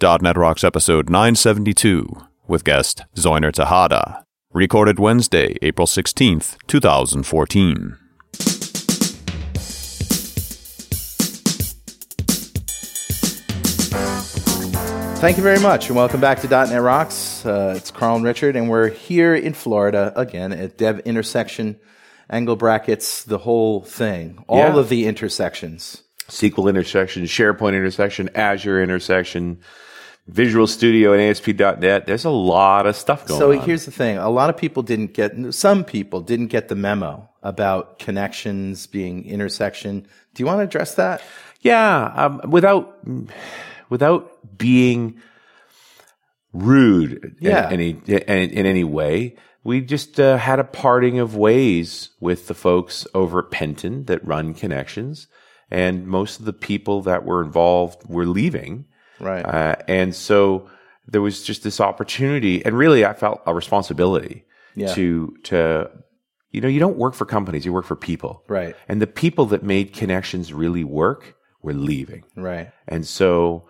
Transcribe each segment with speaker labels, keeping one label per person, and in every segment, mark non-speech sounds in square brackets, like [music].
Speaker 1: .NET Rocks episode 972 with guest Zoiner Tejada, recorded Wednesday, April 16th, 2014.
Speaker 2: Thank you very much, and welcome back to .NET Rocks. Uh, it's Carl and Richard, and we're here in Florida again at Dev Intersection, angle brackets, the whole thing, all
Speaker 3: Yeah.
Speaker 2: of the intersections.
Speaker 3: SQL intersection, SharePoint intersection, Azure intersection, Visual Studio and ASP.NET. There's a lot of stuff going
Speaker 2: so
Speaker 3: on.
Speaker 2: here's the thing: a lot of people didn't get, some people didn't get the memo about connections being intersection. Do you want to address that?
Speaker 3: yeah, um, without without being rude
Speaker 2: Yeah.
Speaker 3: in, any, in, in any way, we just uh, had a parting of ways with the folks over at Penton that run connections. And most of the people that were involved were leaving.
Speaker 2: Right.
Speaker 3: Uh, and so there was just this opportunity, and really, I felt a responsibility
Speaker 2: Yeah.
Speaker 3: to to you know you don't work for companies, you work for people,
Speaker 2: Right.
Speaker 3: And the people that made connections really work were leaving,
Speaker 2: right.
Speaker 3: and so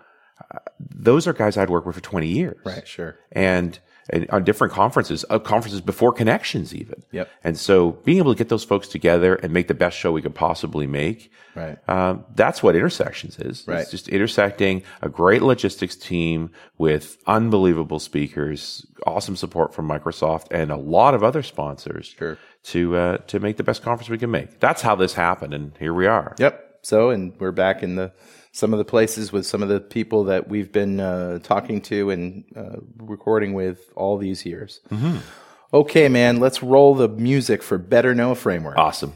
Speaker 3: uh, those are guys I'd worked with for twenty years,
Speaker 2: Right. Sure.
Speaker 3: and and on different conferences, uh, conferences before connections even.
Speaker 2: Yep.
Speaker 3: And so being able to get those folks together and make the best show we could possibly make,
Speaker 2: Right.
Speaker 3: um, that's what intersections is.
Speaker 2: Right.
Speaker 3: It's just intersecting a great logistics team with unbelievable speakers, awesome support from Microsoft, and a lot of other sponsors
Speaker 2: Sure.
Speaker 3: to uh, to make the best conference we can make. That's how this happened, and here we are.
Speaker 2: Yep. So, and we're back in the some of the places with some of the people that we've been uh, talking to and uh, recording with all these years. Okay, man, let's roll the music for Better Know Framework.
Speaker 3: Awesome.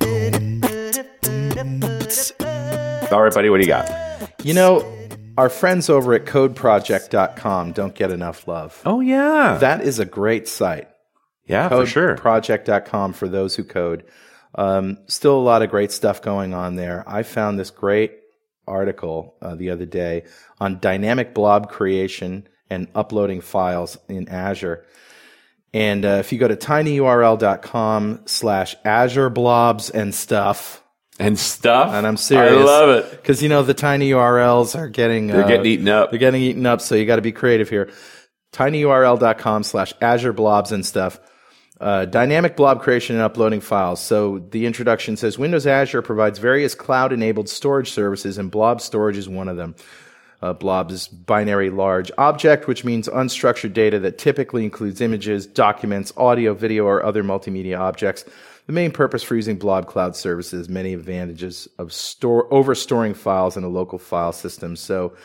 Speaker 3: All right, buddy, what do you got?
Speaker 2: You know, our friends over at codeproject.com don't get enough love.
Speaker 3: Oh yeah,
Speaker 2: That is a great site.
Speaker 3: yeah, for sure.
Speaker 2: Project.com for those who code. Um, still a lot of great stuff going on there. I found this great article uh, the other day on dynamic blob creation and uploading files in Azure. And uh, if you go to tinyurl.com slash Azure blobs and stuff,
Speaker 3: and stuff.
Speaker 2: and I'm serious.
Speaker 3: I love it.
Speaker 2: Because, you know, the tiny URLs are getting... uh,
Speaker 3: They're getting eaten up.
Speaker 2: They're getting eaten up, so you got to be creative here. tinyurl.com slash Azure blobs and stuff. Uh, dynamic blob creation and uploading files. So the introduction says Windows Azure provides various cloud enabled storage services, and blob storage is one of them. Uh, blob is binary large object, which means unstructured data that typically includes images, documents, audio, video, or other multimedia objects. The main purpose for using blob cloud services, many advantages of store overstoring files in a local file system. So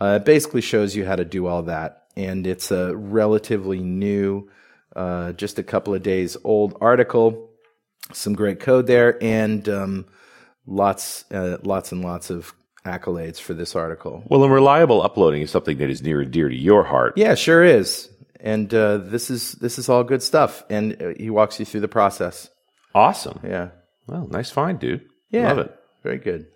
Speaker 2: uh, it basically shows you how to do all that. And it's a relatively new, uh, just a couple of days old article. Some great code there, and um, lots, uh, lots and lots of accolades for this article.
Speaker 3: Well, and reliable uploading is something that is near and dear to your heart.
Speaker 2: Yeah, sure is. And uh, this is this is all good stuff. And uh, he walks you through the process.
Speaker 3: Awesome.
Speaker 2: Yeah,
Speaker 3: Well, nice find, dude.
Speaker 2: yeah,
Speaker 3: Love it.
Speaker 2: Very good.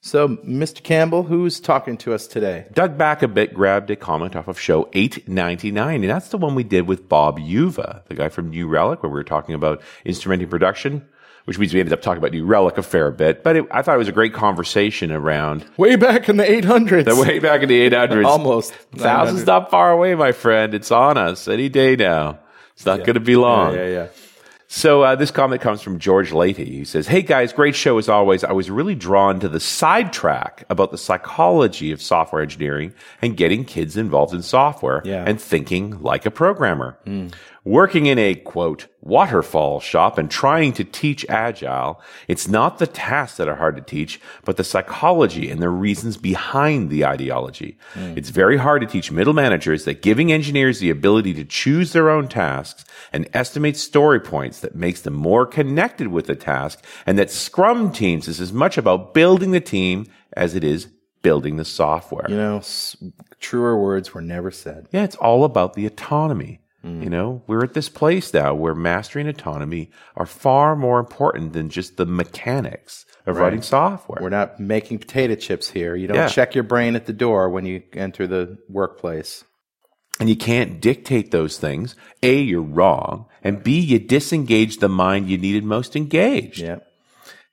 Speaker 2: So, Mr. Campbell, who's talking to us today?
Speaker 3: Dug back a bit, grabbed a comment off of show 899, and that's the one we did with Bob Yuva, the guy from New Relic, where we were talking about instrumenting production, which means we ended up talking about New Relic a fair bit. But it, I thought it was a great conversation around [laughs]
Speaker 2: Way back in the eight hundreds,
Speaker 3: the way back in the 800s.
Speaker 2: almost
Speaker 3: Thousands not far away, my friend. It's on us any day now. It's not going to be long.
Speaker 2: Yeah, yeah, yeah.
Speaker 3: So uh, this comment comes from George Leahy. He says, "Hey guys, great show as always. I was really drawn to the sidetrack about the psychology of software engineering and getting kids involved in software
Speaker 2: Yeah.
Speaker 3: and thinking like a programmer. Working in a quote waterfall shop and trying to teach agile, it's not the tasks that are hard to teach, but the psychology and the reasons behind the ideology. It's very hard to teach middle managers that giving engineers the ability to choose their own tasks and estimate story points that makes them more connected with the task and that scrum teams is as much about building the team as it is building the software.
Speaker 2: You know, s- truer words were never said.
Speaker 3: Yeah, it's all about the autonomy. You know, we're at this place now where mastery and autonomy are far more important than just the mechanics of writing software.
Speaker 2: We're not making potato chips here. You don't
Speaker 3: Yeah.
Speaker 2: check your brain at the door when you enter the workplace.
Speaker 3: and you can't dictate those things. A, you're wrong. And B, you disengage the mind you needed most engaged.
Speaker 2: Yeah.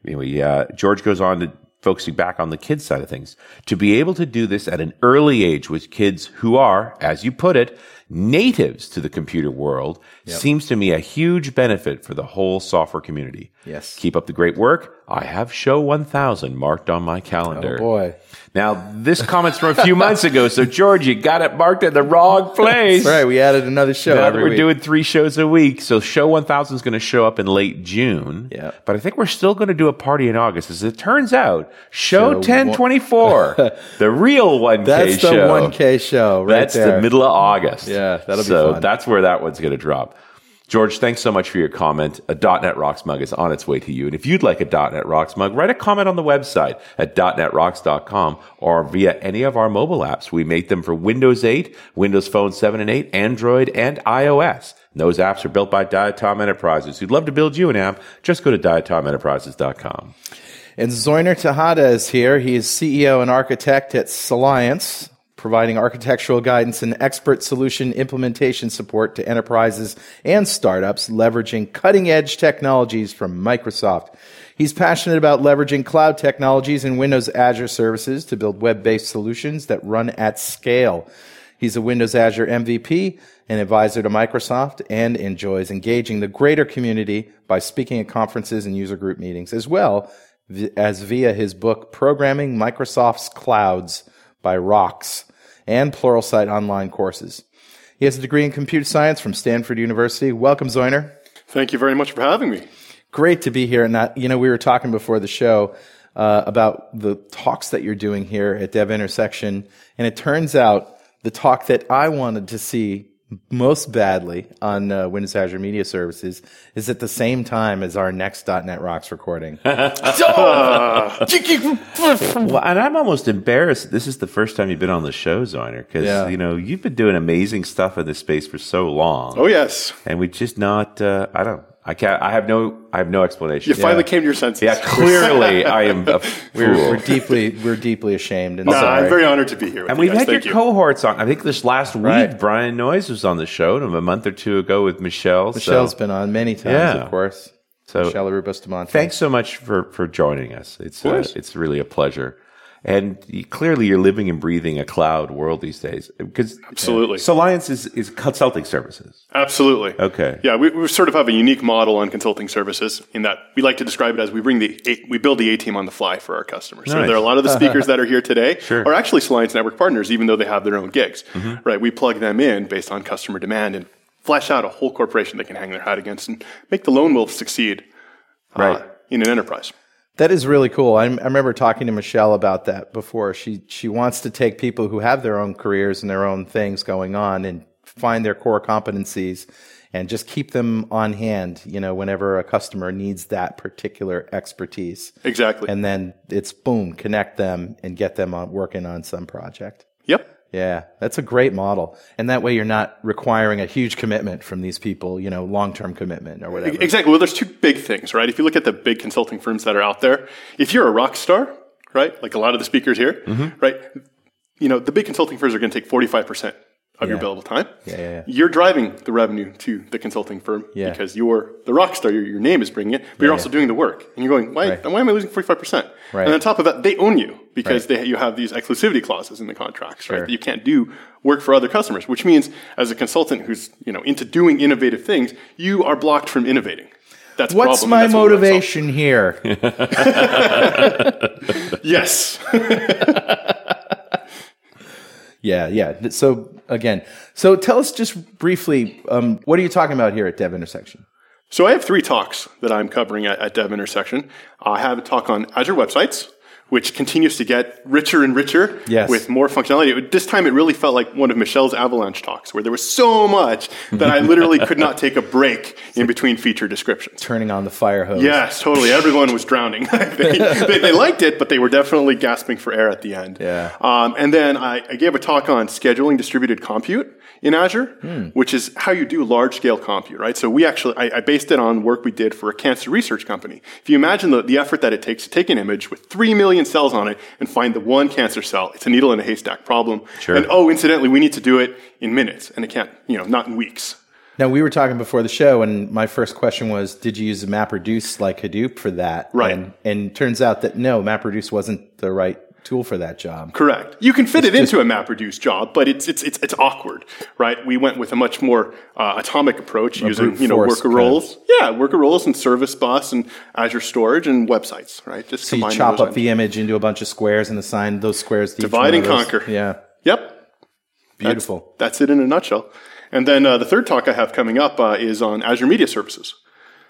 Speaker 3: Anyway, uh, George goes on to focusing back on the kids side of things, to be able to do this at an early age with kids who are, as you put it, natives to the computer world seems to me a huge benefit for the whole software community.
Speaker 2: Yes.
Speaker 3: Keep up the great work. I have show 1000 marked on my calendar.
Speaker 2: Oh, Boy.
Speaker 3: Now, this comment's from a few months ago, so George, you got it marked in the wrong place.
Speaker 2: All right, we added another show
Speaker 3: Now that
Speaker 2: every
Speaker 3: we're
Speaker 2: week.
Speaker 3: doing three shows a week, so show 1000 is going to show up in late June.
Speaker 2: Yeah.
Speaker 3: But I think we're still going to do a party in August. As it turns out, show
Speaker 2: Show [laughs]
Speaker 3: 1024, the real 1K
Speaker 2: That's the
Speaker 3: show.
Speaker 2: 1K show right
Speaker 3: that's
Speaker 2: there.
Speaker 3: the middle of August.
Speaker 2: Yeah, that'll be
Speaker 3: so
Speaker 2: fun.
Speaker 3: that's where that one's going to drop. George, thanks so much for your comment. A .NET Rocks mug is on its way to you. And if you'd like a .NET Rocks mug, write a comment on the website at .NETRocks.com or via any of our mobile apps. We make them for Windows 8, Windows Phone 7 and 8, Android, and iOS. And those apps are built by Diatom Enterprises. Who'd love to build you an app? Just go to diatomenterprises.com.
Speaker 2: And Zoiner Tejada is here. He is CEO and architect at Salience, providing architectural guidance and expert solution implementation support to enterprises and startups, leveraging cutting edge technologies from Microsoft. He's passionate about leveraging cloud technologies and Windows Azure services to build web based solutions that run at scale. He's a Windows Azure MVP, an advisor to Microsoft, and enjoys engaging the greater community by speaking at conferences and user group meetings, as well vi- as via his book, Programming Microsoft's Clouds by Rocks, and Pluralsight online courses. He has a degree in computer science from Stanford University. Welcome, Zoiner.
Speaker 4: Thank you very much for having me.
Speaker 2: Great to be here. And not, you know, we were talking before the show uh, about the talks that you're doing here at Dev Intersection, and it turns out the talk that I wanted to see most badly on uh, Windows Azure Media Services is at the same time as our next .NET Rocks recording.
Speaker 3: Well, and I'm almost embarrassed. that This is the first time you've been on the show, Zoiner, because
Speaker 2: Yeah.
Speaker 3: you know you've been doing amazing stuff in this space for so long,
Speaker 4: Oh yes,
Speaker 3: and we just not. Uh, I don't. I can't. I have no. I have no
Speaker 4: you
Speaker 3: explanation. Yeah,
Speaker 4: finally came to your senses.
Speaker 3: clearly I am a
Speaker 2: we're,
Speaker 3: fool.
Speaker 2: we're deeply, we're deeply ashamed. And
Speaker 4: [laughs] Nah,
Speaker 2: sorry.
Speaker 4: I'm very honored to be here. With
Speaker 3: and
Speaker 4: you
Speaker 3: we've
Speaker 4: guys.
Speaker 3: had your
Speaker 4: Thank you.
Speaker 3: cohorts on. I think this last week,
Speaker 2: Right.
Speaker 3: Brian Noyes was on the show a month or two ago with Michelle.
Speaker 2: Michelle's
Speaker 3: so,
Speaker 2: been on many times,
Speaker 3: Yeah.
Speaker 2: of course.
Speaker 3: so
Speaker 2: Michelle Arubus-Demonte.
Speaker 3: Thanks so much for for joining us. It's uh,
Speaker 4: course.
Speaker 3: it's really a pleasure. And you, clearly, you're living and breathing a cloud world these days because
Speaker 4: Absolutely.
Speaker 3: So Alliance is, is consulting services.
Speaker 4: Absolutely.
Speaker 3: Okay.
Speaker 4: Yeah, we, we sort of have a unique model on consulting services in that we like to describe it as we bring the A- we build the A team on the fly for our customers. So
Speaker 3: Nice.
Speaker 4: there are a lot of the speakers that are here
Speaker 3: [laughs]
Speaker 4: today are actually Science Network partners, even though they have their own gigs.
Speaker 3: Mm-hmm.
Speaker 4: Right? We plug them in based on customer demand and flesh out a whole corporation they can hang their hat against and make the lone wolf succeed uh,
Speaker 3: Right.
Speaker 4: in an enterprise.
Speaker 2: That is really cool. I, I remember talking to Michelle about that before. She she wants to take people who have their own careers and their own things going on and find their core competencies and just keep them on hand, you know, whenever a customer needs that particular expertise.
Speaker 4: Exactly.
Speaker 2: And then it's boom, connect them and get them on working on some project.
Speaker 4: yep.
Speaker 2: Yeah, that's a great model. And that way you're not requiring a huge commitment from these people, you know, long-term commitment or whatever.
Speaker 4: Exactly. Well, there's two big things, right? If you look at the big consulting firms that are out there, if you're a rock star, right, like a lot of the speakers here,
Speaker 2: Mm-hmm.
Speaker 4: right, you know, the big consulting firms are going to take 45% of your billable time.
Speaker 2: Yeah, yeah, yeah.
Speaker 4: You're driving the revenue to the consulting firm
Speaker 2: Yeah.
Speaker 4: because you're the rock star, your, your name is bringing it, but you're also doing the work. And you're going, why, why am I losing 45%?
Speaker 2: Right.
Speaker 4: And on top of that, they own you because they, you have these exclusivity clauses in the contracts, right? That you can't do work for other customers, which means as a consultant who's, you know, into doing innovative things, you are blocked from innovating. That's a
Speaker 2: What's
Speaker 4: problem, and
Speaker 2: my
Speaker 4: that's what we wanna solve.
Speaker 2: motivation
Speaker 4: [laughs]
Speaker 2: here?
Speaker 4: Yes.
Speaker 2: Yeah, yeah. So again, so tell us just briefly, um, what are you talking about here at Dev Intersection?
Speaker 4: So I have three talks that I'm covering at, at Dev Intersection. I have a talk on Azure websites, which continues to get richer and richer
Speaker 2: Yes.
Speaker 4: with more functionality. It- This time it really felt like one of Michelle's avalanche talks, where there was so much that I literally could not take a break in between feature descriptions.
Speaker 2: Turning on the fire hose.
Speaker 4: Yes, totally. Everyone was drowning. [laughs] they, they, they liked it, but they were definitely gasping for air at the end.
Speaker 2: Yeah.
Speaker 4: Um, and then I, I gave a talk on scheduling distributed compute in Azure, which is how you do large scale compute, right? So we actually, I, I based it on work we did for a cancer research company. If you imagine the, the effort that it takes to take an image with 3 million cells on it and find the one cancer cell, it's a needle in a haystack problem.
Speaker 3: Sure.
Speaker 4: And oh, incidentally, we need to do it in minutes and it can't, you know, not in weeks.
Speaker 2: Now we were talking before the show, and my first question was, did you use MapReduce like Hadoop for that?
Speaker 4: Right.
Speaker 2: And, and turns out that no, MapReduce wasn't the right tool for that job.
Speaker 4: Correct. You can fit it into a MapReduce job, but it's it's it's, it's awkward, right? We went with a much more uh, atomic approach using
Speaker 2: brute
Speaker 4: you know
Speaker 2: force
Speaker 4: worker
Speaker 2: kind of-
Speaker 4: roles, yeah, worker roles and service bus and Azure storage and websites, right? Just
Speaker 2: So you
Speaker 4: combining
Speaker 2: chop
Speaker 4: those
Speaker 2: up the image into a bunch of squares and assign those squares to each
Speaker 4: Divide
Speaker 2: one
Speaker 4: and
Speaker 2: of those.
Speaker 4: conquer.
Speaker 2: Yeah,
Speaker 4: Yep. That's-
Speaker 2: beautiful.
Speaker 4: That's, it in a nutshell. And then uh, the third talk I have coming up uh, is on Azure Media Services.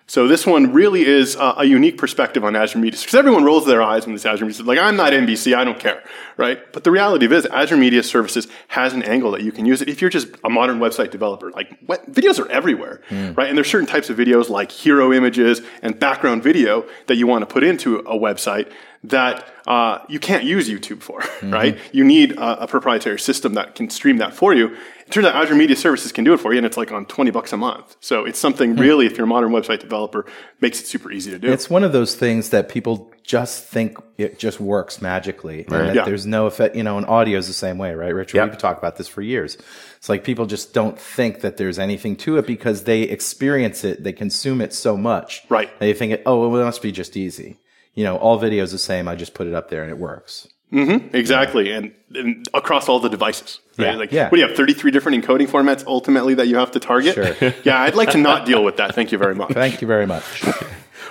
Speaker 4: So this one really is uh, a unique perspective on Azure Media because everyone rolls their eyes when it's Azure Media. Like I'm not NBC, I don't care, right? But the reality of it is Azure Media Services has an angle that you can use it if you're just a modern website developer. Like what, videos are everywhere, right? And there's certain types of videos like hero images and background video that you want to put into a website that uh, you can't use YouTube for, right? You need a, a proprietary system that can stream that for you. It turns out Azure Media Services can do it for you, and it's like on 20 bucks a month. So it's something really, if you're a modern website developer, makes it super easy to do.
Speaker 2: Hmm. It's one of those things that people just think it just works magically. And that
Speaker 4: Yeah.
Speaker 2: there's no effect, you know, and audio is the same way, right, Richard?
Speaker 3: Yep.
Speaker 2: We've talked about this for years. It's like people just don't think that there's anything to it because they experience it, they consume it so much.
Speaker 4: Right.
Speaker 2: They think, oh, well, it must be just easy. You know, all videos the same. I just put it up there and it works.
Speaker 4: exactly. And, and across all the devices. Right?
Speaker 2: Yeah.
Speaker 4: Like,
Speaker 2: Yeah.
Speaker 4: what do you have, 33 different encoding formats ultimately that you have to target?
Speaker 2: Sure.
Speaker 4: [laughs] yeah, I'd like to not deal with that. Thank you
Speaker 2: [laughs]
Speaker 4: very much.
Speaker 2: Thank you very much.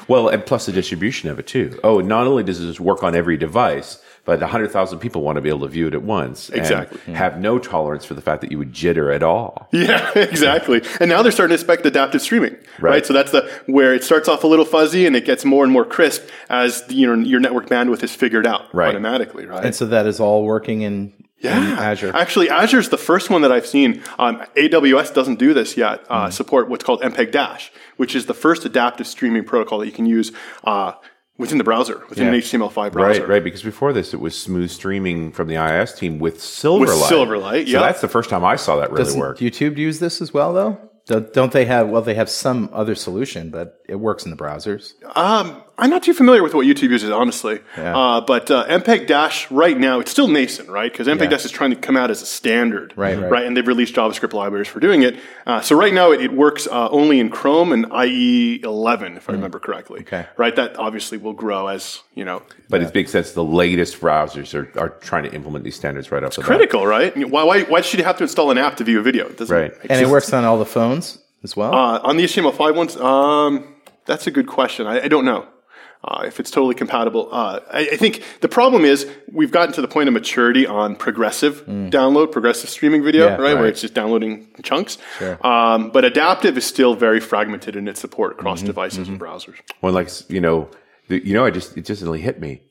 Speaker 3: Well, and plus the distribution of it too. Oh, not only does this work on every device, but 100,000 people want to be able to view it at once. and
Speaker 4: Exactly. Mm-hmm.
Speaker 3: have no tolerance for the fact that you would jitter at all.
Speaker 4: Yeah, [laughs] exactly. And now they're starting to expect adaptive streaming, right?
Speaker 3: Right.
Speaker 4: So that's the where it starts off a little fuzzy and it gets more and more crisp as the, your your network bandwidth is figured out
Speaker 3: Right.
Speaker 4: automatically, right?
Speaker 2: and so that is all working in, in
Speaker 4: yeah,
Speaker 2: Azure.
Speaker 4: Actually, Azure's the first one that I've seen. Um, AWS doesn't do this yet. Uh,
Speaker 2: Mm-hmm.
Speaker 4: Support what's called MPEG Dash, which is the first adaptive streaming protocol that you can use uh, within the browser, within an
Speaker 2: Yeah.
Speaker 4: HTML5 browser.
Speaker 3: Right, right. Because before this, it was smooth streaming from the IIS team with Silverlight.
Speaker 4: Silverlight,
Speaker 3: So
Speaker 4: yeah.
Speaker 3: that's the first time I saw that really
Speaker 2: Doesn't
Speaker 3: work.
Speaker 2: YouTube use this as well, though? Don't- Don't they have, well, they have some other solution, but it works in the browsers.
Speaker 4: Um, I'm not too familiar with what YouTube uses, honestly. Uh, but uh, MPEG Dash right now, it's still nascent, right? Because MPEG Dash is trying to come out as a standard,
Speaker 2: Right, right.
Speaker 4: And they've released JavaScript libraries for doing it. Uh, so right now, it, it works uh, only in Chrome and IE 11, if I remember correctly.
Speaker 2: Mm. Okay.
Speaker 4: Right. That obviously will grow as you know.
Speaker 3: But it's big sense the latest browsers are, are trying to implement these standards right off the bat.
Speaker 4: Critical, right? I mean, Why, why, why should you have to install an app to view a video? It doesn't
Speaker 3: Right.
Speaker 4: make
Speaker 2: And it
Speaker 4: sense.
Speaker 2: works on all the phones as well.
Speaker 4: Uh, on the HTML5 ones, um, that's a good question. I, I don't know uh, if it's totally compatible. Uh, I, I think the problem is we've gotten to the point of maturity on progressive download, progressive streaming video,
Speaker 2: Yeah,
Speaker 4: right, Where
Speaker 2: right.
Speaker 4: it's just downloading chunks. Um, but adaptive is still very fragmented in its support across devices and browsers.
Speaker 3: When like you know, the, you know, I just it just really hit me.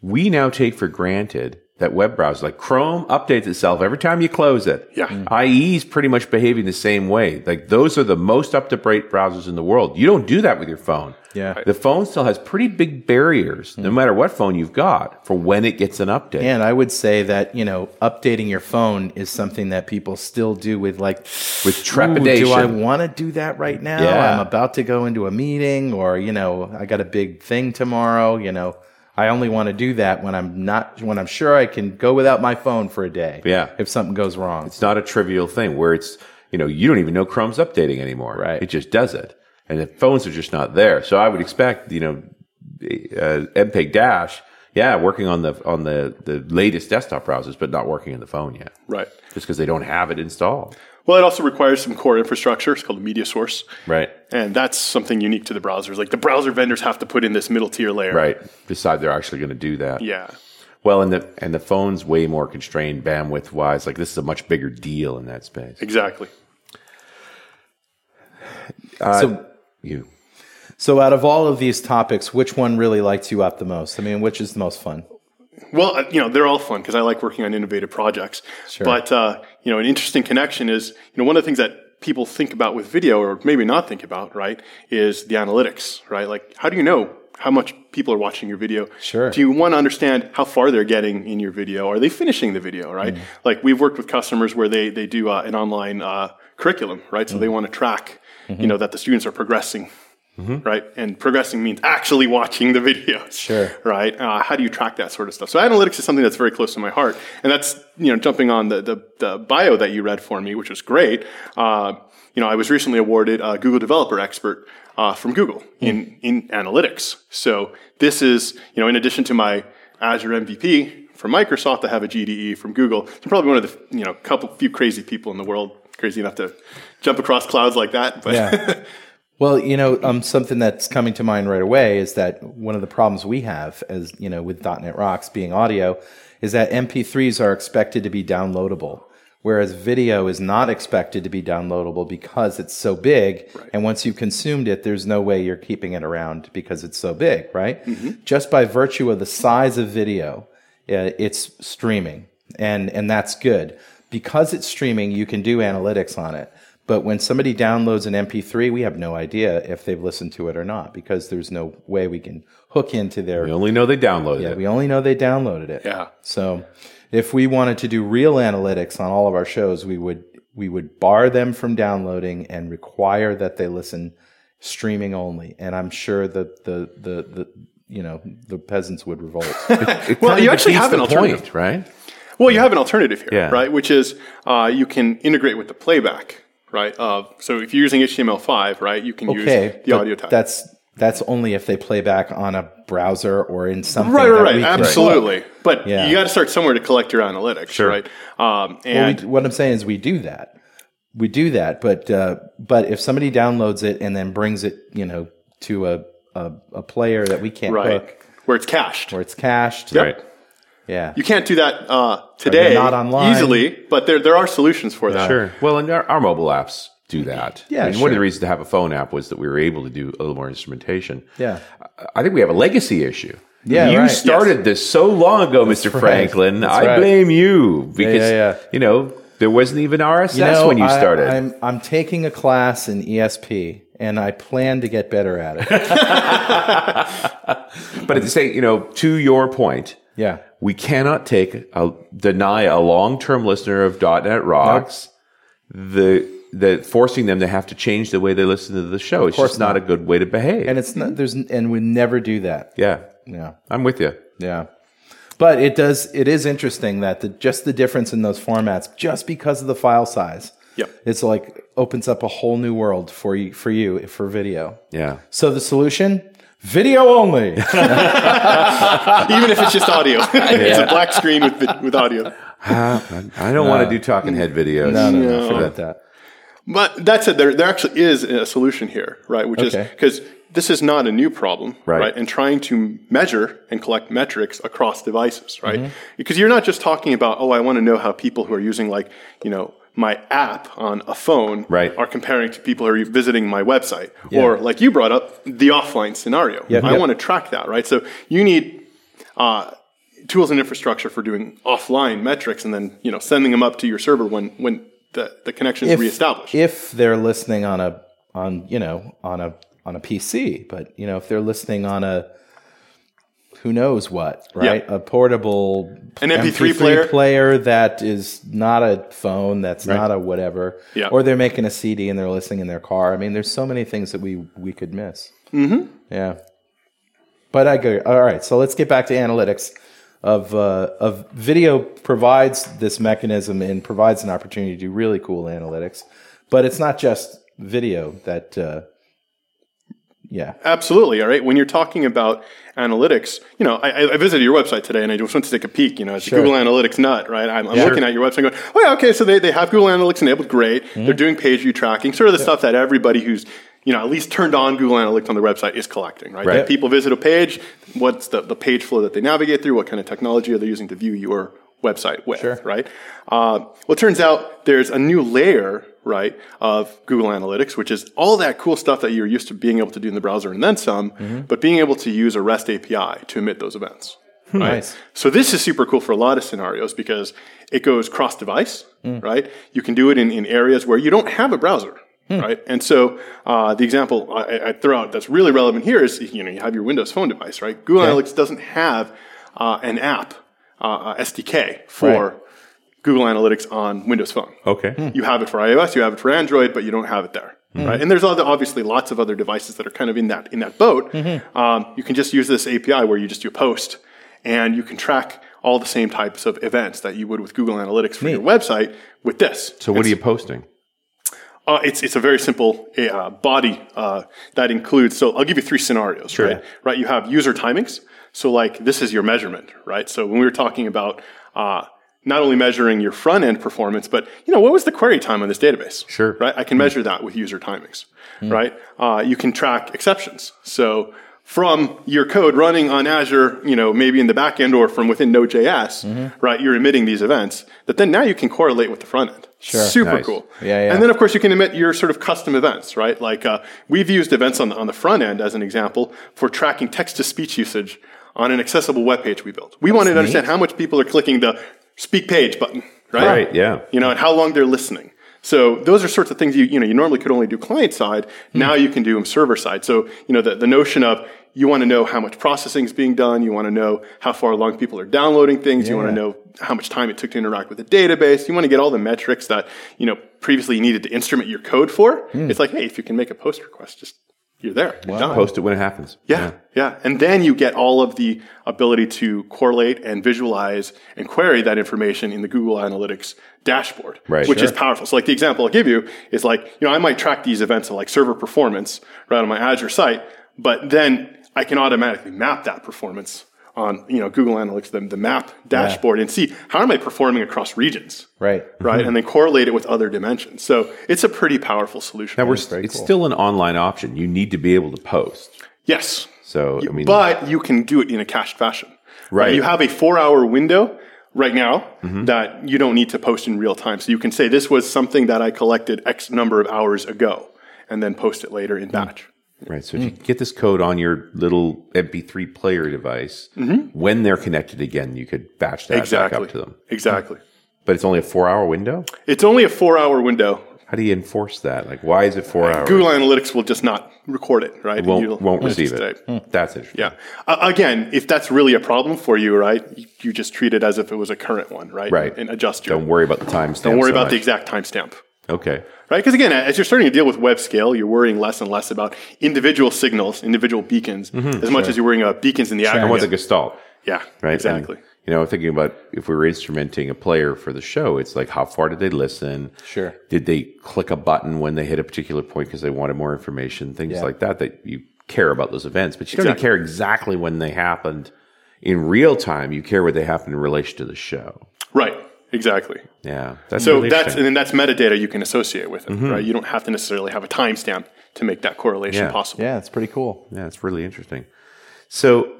Speaker 3: We now take for granted that web browsers like Chrome updates itself every time you close it.
Speaker 4: Yeah.
Speaker 2: Mm.
Speaker 3: IE is pretty much behaving the same way. Like those are the most up to date browsers in the world. You don't do that with your phone.
Speaker 2: Yeah. Mm. Right.
Speaker 3: The phone still has pretty big barriers, no matter what phone you've got, for when it gets an update.
Speaker 2: and I would say that, you know, updating your phone is something that people still do with like,
Speaker 3: With
Speaker 2: "Ooh,
Speaker 3: trepidation.
Speaker 2: do I want to do that right now?
Speaker 3: Yeah.
Speaker 2: I'm about to go into a meeting or, you know, I got a big thing tomorrow, you know. I only want to do that when I'm not when I'm sure I can go without my phone for a day.
Speaker 3: Yeah.
Speaker 2: If something goes wrong.
Speaker 3: It's not a trivial thing where it's, you know, you don't even know Chrome's updating anymore.
Speaker 2: Right.
Speaker 3: It just does it. And the phones are just not there. So I would expect, you know, uh, MPEG Dash, yeah, working on the, on the, the latest desktop browsers, but not working on the phone yet.
Speaker 4: Right.
Speaker 3: Just because they don't have it installed.
Speaker 4: Well, it also requires some core infrastructure. It's called a media source.
Speaker 3: Right.
Speaker 4: And that's something unique to the browsers. Like the browser vendors have to put in this middle tier layer.
Speaker 3: Right. Decide they're actually going to do that.
Speaker 4: Yeah.
Speaker 3: Well, and the, and the phone's way more constrained bandwidth wise. Like this is a much bigger deal in that space.
Speaker 4: Exactly.
Speaker 3: Uh,
Speaker 2: so
Speaker 3: You.
Speaker 2: so out of all of these topics, which one really lights you up the most? I mean, which is the most fun?
Speaker 4: Well, uh, you know, they're all fun because I like working on innovative projects. But, uh, you know, an interesting connection is, you know, one of the things that people think about with video or maybe not think about, right, is the analytics, right? Like, how do you know how much people are watching your video?
Speaker 2: Sure.
Speaker 4: Do you want to understand how far they're getting in your video? Are they finishing the video, right?
Speaker 2: Mm.
Speaker 4: Like, we've worked with customers where they, they
Speaker 2: Mm. Mm-hmm.
Speaker 4: do uh, an online uh, curriculum, right? So they want to track, you know, that the students are progressing right? And progressing means actually watching the [laughs] videos,
Speaker 2: Sure.
Speaker 4: right? Uh, how do you track that sort of stuff? So analytics is something that's very close to my heart, and that's you know jumping on the the, the bio that you read for me, which was great. Uh, you know, I was recently awarded a Google Developer Expert uh, from Google in in analytics. So this is you know in addition to my Azure MVP from Microsoft, I have a GDE from Google. I'm probably one of the you know couple few crazy people in the world crazy enough to jump across clouds like that, but. [laughs]
Speaker 2: Yeah. Well, you know, um, something that's coming to mind right away is that one of the problems we have, as you know, with .NET Rocks being audio, is that MP3s are expected to be downloadable, whereas video is not expected to be downloadable because it's so big. And once you've consumed it, there's no way you're keeping it around because it's so big, right? Just by virtue of the size of video, uh, it's streaming, and and that's good because it's streaming. You can do analytics on it. But when somebody downloads an MP3, we have no idea if they've listened to it or not because there's no way we can hook into their.
Speaker 3: We only know they downloaded it.
Speaker 2: We only know they downloaded it.
Speaker 4: Yeah.
Speaker 2: So if we wanted to do real analytics on all of our shows, we would we would bar them from downloading and require that they listen streaming only. And I'm sure that the the, the you know the peasants would revolt. [laughs]
Speaker 3: It
Speaker 4: Well,
Speaker 3: kinda
Speaker 4: you actually
Speaker 3: defeats
Speaker 4: have an
Speaker 3: the
Speaker 4: alternative.
Speaker 3: point, right?
Speaker 4: Well, you have an alternative here,
Speaker 3: Yeah.
Speaker 4: right? Which is uh, you can integrate with the playback, right? Of so if you're using HTML5, right, you can
Speaker 2: okay,
Speaker 4: use the
Speaker 2: but
Speaker 4: audio tag.
Speaker 2: That's that's only if they play back on a browser or in something.
Speaker 4: right,
Speaker 2: that
Speaker 4: right, right.
Speaker 2: we can-
Speaker 4: Absolutely. But
Speaker 2: Yeah.
Speaker 4: you got to start somewhere to collect your analytics, right? Um,
Speaker 2: Well,
Speaker 4: and
Speaker 2: we, what I'm saying is we do that. We do that, but uh, but if somebody downloads it and then brings it, you know, to a a, a player that we can't
Speaker 4: right,
Speaker 2: hook,
Speaker 4: where it's cached.
Speaker 2: where it's cached,
Speaker 3: Right.
Speaker 2: Yeah,
Speaker 4: You can't do that uh, today
Speaker 2: not online.
Speaker 4: easily, but there there are solutions for that.
Speaker 3: Sure. Uh, Well, and our, our mobile apps do that.
Speaker 2: Yeah,
Speaker 3: I mean, One of
Speaker 2: sure.
Speaker 3: the reasons to have a phone app was that we were able to do a little more instrumentation.
Speaker 2: yeah,
Speaker 3: I- I think we have a legacy issue.
Speaker 2: Yeah,
Speaker 3: you
Speaker 2: right.
Speaker 3: started this so long ago, Mr.
Speaker 2: right.
Speaker 3: Franklin.
Speaker 2: That's
Speaker 3: I
Speaker 2: right.
Speaker 3: blame you because
Speaker 2: yeah.
Speaker 3: you know there wasn't even RSS when you
Speaker 2: I-
Speaker 3: started.
Speaker 2: I'm I'm taking a class in ESP, and I plan to get better at it.
Speaker 4: [laughs]
Speaker 3: but at the same, you know, to your point,
Speaker 2: yeah,
Speaker 3: we cannot take a, deny a long-term listener of .NET rocks the the forcing them to have to change the way they listen to the show. It's just not, a good way to behave.
Speaker 2: and it's not there's and we never do that.
Speaker 3: yeah,
Speaker 2: Yeah,
Speaker 3: I'm with you.
Speaker 2: yeah. But it does. It is interesting that the, just the difference in those formats, just because of the file size,
Speaker 4: Yep.
Speaker 2: it's like opens up a whole new world for you for you for video.
Speaker 3: Yeah.
Speaker 2: So the solution, video
Speaker 4: [laughs]
Speaker 2: only.
Speaker 4: [laughs] Even if it's
Speaker 2: [laughs]
Speaker 4: just audio, it's a black screen with vi- with audio. Uh,
Speaker 3: I don't want to do talking head videos. No, no,
Speaker 2: I forgot that.
Speaker 4: But that said, there, there actually is a solution here, right? Which is
Speaker 2: Okay.
Speaker 4: because this is not a new problem,
Speaker 3: Right.
Speaker 4: And trying to measure and collect metrics across devices, right? Because you're not just talking about, oh, I want to know how people who are using like, you know, my app on a phone
Speaker 3: Right.
Speaker 4: are comparing to people who are visiting my website. Or like you brought up, the offline scenario. I
Speaker 2: yep.
Speaker 4: want to track that, right? So you need uh, tools and infrastructure for doing offline metrics and then, you know, sending them up to your server when, when the, the connection is reestablished.
Speaker 2: If they're listening on a on you know on a on a PC, but you know if they're listening on a who knows what, right? A portable
Speaker 4: An MP3 player.
Speaker 2: that is not a phone, that's not a whatever.
Speaker 4: Yeah.
Speaker 2: Or they're making a CD and they're listening in their car. I mean, there's so many things that we we could miss. Mm-hmm. Yeah. But I go all right. So let's get back to analytics. Of uh, of video provides this mechanism and provides an opportunity to do really cool analytics, but it's not just video that uh, yeah
Speaker 4: Absolutely. All right. When you're talking about analytics, you know, I, I- I visited your website today and I just went to take a peek. You know, as a Google Analytics nut, right? I'm, I'm looking at your website going, oh, yeah, okay. So they, they have Google Analytics enabled. Great. They're doing page view tracking, sort of the stuff that everybody who's, you know, at least turned on Google Analytics on their website is collecting, right? That people visit a page, what's the, the page flow that they navigate through? What kind of technology are they using to view your website with, right? Uh, well, it turns out there's a new layer, right, of Google Analytics, which is all that cool stuff that you're used to being able to do in the browser and then some, but being able to use a REST API to emit those events.
Speaker 2: nice
Speaker 4: So this is super cool for a lot of scenarios because it goes cross device, right? You can do it in, in areas where you don't have a browser, right? And so uh, the example I, I throw out that's really relevant here is you know you have your Windows phone device, right? Google Analytics doesn't have uh, an app uh, uh, SDK for
Speaker 2: Right.
Speaker 4: Google Analytics on Windows Phone.
Speaker 3: Okay.
Speaker 4: Hmm. You have it for iOS, you have it for Android, but you don't have it there. right? And there's other, obviously lots of other devices that are kind of in that in that boat. Um, you can just use this API where you just do post, and you can track all the same types of events that you would with Google Analytics for your website with this.
Speaker 3: So what are you posting?
Speaker 4: Uh, it's it's a very simple uh, body uh, that includes. So I'll give you three scenarios. Right, right. You have user timings. So like this is your measurement, right? So when we were talking about uh, not only measuring your front end performance, but you know what was the query time on this database?
Speaker 3: Sure. Hmm.
Speaker 4: Right. I can measure that with user timings. Right. Uh, you can track exceptions. So from your code running on Azure, you know, maybe in the back end or from within Node.js,
Speaker 3: Mm-hmm.
Speaker 4: right? You're emitting these events that then now you can correlate with the front end. Sure. Super
Speaker 3: Nice.
Speaker 4: cool.
Speaker 2: Yeah, yeah.
Speaker 4: And then, of course, you can emit your sort of custom events, right? Like uh, we've used events on the, on the front end as an example for tracking text to speech usage on an accessible web page we built. We wanted to understand how much people are clicking the speak page button, right?
Speaker 3: Right, yeah.
Speaker 4: You know, and how long they're listening. So those are sorts of things you you know you normally could only do client side.
Speaker 3: Hmm.
Speaker 4: Now you can do them server side. So you know the, the notion of you want to know how much processing is being done. You want to know how far along people are downloading things. You want to know how much time it took to interact with the database. You want to get all the metrics that you know previously you needed to instrument your code for.
Speaker 3: Hmm.
Speaker 4: It's like hey, if you can make a post request, just you're there. You're done.
Speaker 3: Post it when it happens.
Speaker 4: Yeah, yeah, And then you get all of the ability to correlate and visualize and query that information in the Google Analytics dashboard,
Speaker 3: Right.
Speaker 4: which is powerful. So like the example I'll give you is like, you know, I might track these events of like server performance right on my Azure site, but then I can automatically map that performance on, you know, Google Analytics, the, the map dashboard and see how am I performing across regions,
Speaker 2: Right.
Speaker 4: right?
Speaker 3: Mm-hmm.
Speaker 4: And then correlate it with other dimensions. So it's a pretty powerful solution.
Speaker 3: Now we're, s- it's still an online option. You need to be able to post.
Speaker 4: yes.
Speaker 3: So I mean,
Speaker 4: but you can do it in a cached fashion.
Speaker 3: Right. Mm-hmm.
Speaker 4: You have a four hour window right now that you don't need to post in real time. So you can say, this was something that I collected X number of hours ago and then post it later
Speaker 3: Mm.
Speaker 4: in batch.
Speaker 3: right. So if
Speaker 4: Hmm.
Speaker 3: you get this code on your little MP3 player device, when they're connected again, you could batch that back
Speaker 4: Mm-hmm. Exactly.
Speaker 3: up to them.
Speaker 4: Exactly.
Speaker 3: But it's only a four-hour window.
Speaker 4: It's only a four hour window.
Speaker 3: How do you enforce that? Like, why is it four hours?
Speaker 4: Google Analytics will just not record it, right?
Speaker 3: won't
Speaker 4: You'll-
Speaker 3: won't
Speaker 4: you'll
Speaker 3: receive
Speaker 4: just
Speaker 3: it.
Speaker 4: say-
Speaker 3: That's interesting.
Speaker 4: Hmm. Yeah. Uh, again, if that's really a problem for you, right? you- You just treat it as if it was a current one, right?
Speaker 3: Right.
Speaker 4: And adjust your.
Speaker 3: Don't worry about the timestamp.
Speaker 4: don't worry
Speaker 3: so
Speaker 4: about the
Speaker 3: much.
Speaker 4: exact timestamp.
Speaker 3: Okay.
Speaker 4: right? Because again, as you're starting to deal with web scale, you're worrying less and less about individual signals, individual beacons, as much as you're worrying about beacons in the
Speaker 3: And Mm-hmm. what's a
Speaker 4: aggregate.
Speaker 3: gestalt?
Speaker 4: Yeah,
Speaker 3: Right. And,
Speaker 4: exactly.
Speaker 3: you know, thinking about if we were instrumenting a player for the show, it's like how far did they listen?
Speaker 2: Sure.
Speaker 3: Did they click a button when they hit a particular point because they wanted more information? Things like that that you care about those events, but you don't
Speaker 4: Exactly.
Speaker 3: care exactly when they happened in real time. You care where they happened in relation to the show.
Speaker 4: right, exactly.
Speaker 3: Yeah. That's
Speaker 4: So
Speaker 3: really
Speaker 4: that's and
Speaker 3: interesting. Mm-hmm.
Speaker 4: then that's metadata you can associate with it, right? You don't have to necessarily have a timestamp to make that correlation
Speaker 3: Yeah.
Speaker 4: possible.
Speaker 2: Yeah, it's pretty cool.
Speaker 3: yeah, it's really interesting. So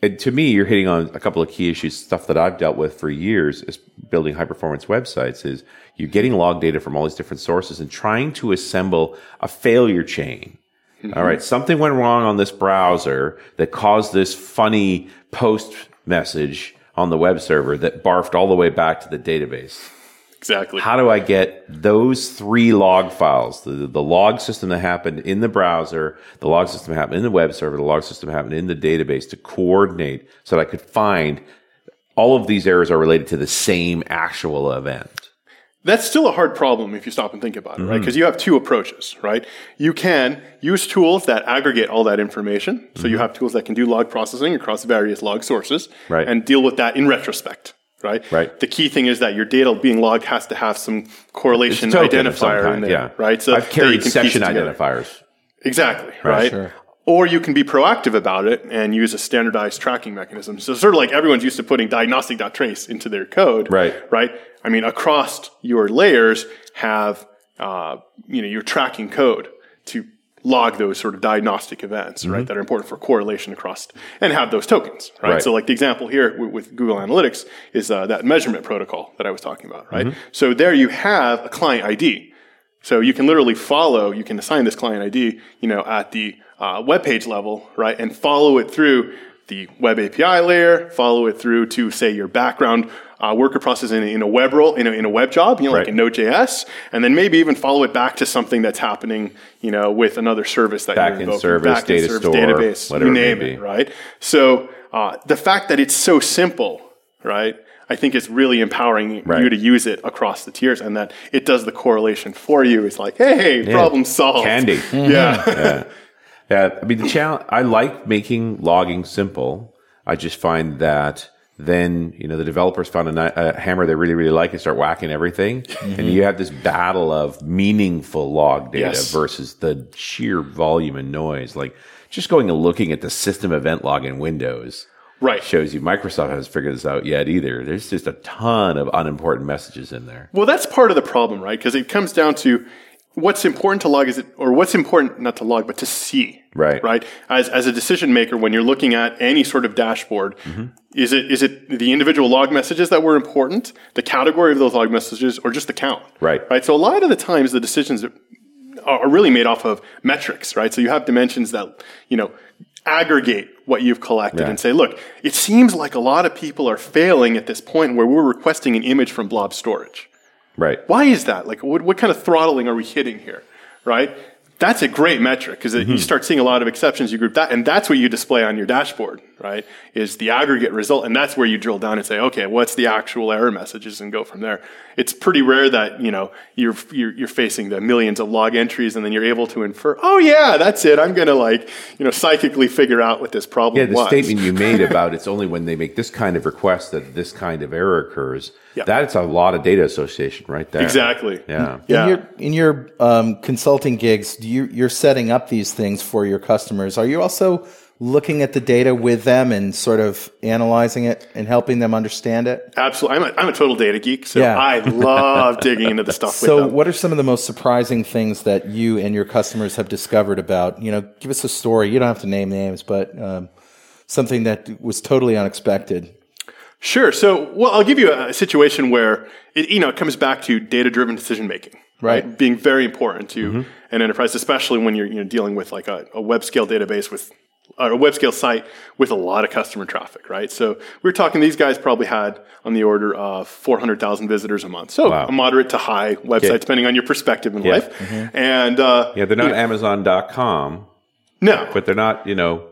Speaker 3: and to me, you're hitting on a couple of key issues, stuff that I've dealt with for years is building high performance websites is you're getting log data from all these different sources and trying to assemble a failure chain. All right. Something went wrong on this browser that caused this funny post message on the web server that barfed all the way back to the database.
Speaker 4: Exactly.
Speaker 3: How do I get those three log files? The, the log system that happened in the browser, the log system that happened in the web server, the log system that happened in the database to coordinate so that I could find all of these errors are related to the same actual event.
Speaker 4: that's still a hard problem if you stop and think about it,
Speaker 3: Mm-hmm.
Speaker 4: right? Because you have two approaches, right? You can use tools that aggregate all that information. So
Speaker 3: Mm-hmm.
Speaker 4: you have tools that can do log processing across various log sources
Speaker 3: Right.
Speaker 4: and deal with that in retrospect, right?
Speaker 3: Right.
Speaker 4: The key thing is that your data being logged has to have some correlation
Speaker 3: It's a token of some
Speaker 4: identifier in
Speaker 3: kind,
Speaker 4: there,
Speaker 3: yeah.
Speaker 4: right? that
Speaker 3: I've
Speaker 4: you
Speaker 3: carried
Speaker 4: can piece
Speaker 3: session
Speaker 4: it together.
Speaker 3: identifiers.
Speaker 4: Exactly, right?
Speaker 2: Sure.
Speaker 4: Or you can be proactive about it and use a standardized tracking mechanism. So sort of like everyone's used to putting diagnostic.trace into their code,
Speaker 3: Right.
Speaker 4: Right. I mean, across your layers have uh, you know your tracking code to log those sort of diagnostic events, right, that are important for correlation across and have those tokens, right?
Speaker 3: Right.
Speaker 4: So like the example here with, with Google Analytics is uh, that measurement protocol that I was talking about, right?
Speaker 3: Mm-hmm.
Speaker 4: So there you have a client ID. So you can literally follow, you can assign this client ID, you know, at the uh, web page level, right, and follow it through the web API layer, follow it through to say your background uh, worker process in, in a web role, in a, in a web job, you know, like
Speaker 3: Right.
Speaker 4: in Node.js, and then maybe even follow it back to something that's happening, you know, with another service that
Speaker 3: Back
Speaker 4: you're
Speaker 3: in
Speaker 4: invoking,
Speaker 3: service,
Speaker 4: back in
Speaker 3: data
Speaker 4: service,
Speaker 3: store,
Speaker 4: database,
Speaker 3: whatever
Speaker 4: you
Speaker 3: it may
Speaker 4: name
Speaker 3: be.
Speaker 4: it, right? So uh, the fact that it's so simple, right? I think it's really empowering
Speaker 3: Right.
Speaker 4: you to use it across the tiers, and that it does the correlation for you. It's like, hey, problem solved. [laughs]
Speaker 3: Candy.
Speaker 4: Yeah.
Speaker 3: Yeah, I mean the challenge. I like making logging simple. I just find that then you know the developers found a, ni- a hammer they really really like and start whacking everything,
Speaker 4: Mm-hmm.
Speaker 3: and you have this battle of meaningful log data
Speaker 4: Yes.
Speaker 3: versus the sheer volume and noise. Like just going and looking at the system event log in Windows
Speaker 4: Right.
Speaker 3: shows you Microsoft hasn't figured this out yet either. There's just a ton of unimportant messages in there.
Speaker 4: Well, that's part of the problem, right? Because it comes down to what's important to log is it, or what's important not to log, but to see,
Speaker 3: Right.
Speaker 4: Right. As as a decision maker, when you're looking at any sort of dashboard,
Speaker 3: Mm-hmm.
Speaker 4: is it is it the individual log messages that were important, the category of those log messages, or just the count?
Speaker 3: Right.
Speaker 4: Right. So a lot of the times, the decisions that are are really made off of metrics, right? So you have dimensions that, you know, aggregate what you've collected
Speaker 3: Yeah.
Speaker 4: and say, look, it seems like a lot of people are failing at this point where we're requesting an image from blob storage.
Speaker 3: Right.
Speaker 4: Why is that? Like, what, what kind of throttling are we hitting here? Right? That's a great metric because
Speaker 3: Mm-hmm.
Speaker 4: you start seeing a lot of exceptions. You group that, and that's what you display on your dashboard, right? Is the aggregate result, and that's where you drill down and say, okay, what's the actual error messages, and go from there. It's pretty rare that you know you're you're, you're facing the millions of log entries, and then you're able to infer, oh yeah, that's it. I'm gonna like you know psychically figure out what this problem
Speaker 3: Yeah, the
Speaker 4: was.
Speaker 3: statement you made about it's only when they make this kind of request that this kind of error occurs.
Speaker 4: Yeah.
Speaker 3: That's a lot of data association right there.
Speaker 4: exactly.
Speaker 3: Yeah.
Speaker 4: Yeah.
Speaker 2: In your, in your um, consulting gigs, do you, you're setting up these things for your customers. Are you also looking at the data with them and sort of analyzing it and helping them understand it?
Speaker 4: Absolutely. I'm a, I'm a total data geek, so
Speaker 2: Yeah.
Speaker 4: I love
Speaker 3: [laughs]
Speaker 4: digging into the stuff. with
Speaker 2: So,
Speaker 4: them.
Speaker 2: what are some of the most surprising things that you and your customers have discovered about? You know, give us a story. You don't have to name names, but um, something that was totally unexpected.
Speaker 4: Sure. So, well, I'll give you a situation where it, you know, it comes back to data-driven decision making,
Speaker 2: Right.
Speaker 4: Being very important to
Speaker 3: Mm-hmm.
Speaker 4: an enterprise, especially when you're you know dealing with like a, a web scale database with or a web scale site with a lot of customer traffic, right? So we we're talking these guys probably had on the order of 400,000 visitors a month. So
Speaker 3: Wow.
Speaker 4: a moderate to high website, depending on your perspective in life. And uh,
Speaker 3: Mm-hmm. Yeah, they're not Amazon.com,
Speaker 4: no,
Speaker 3: but they're not, you know,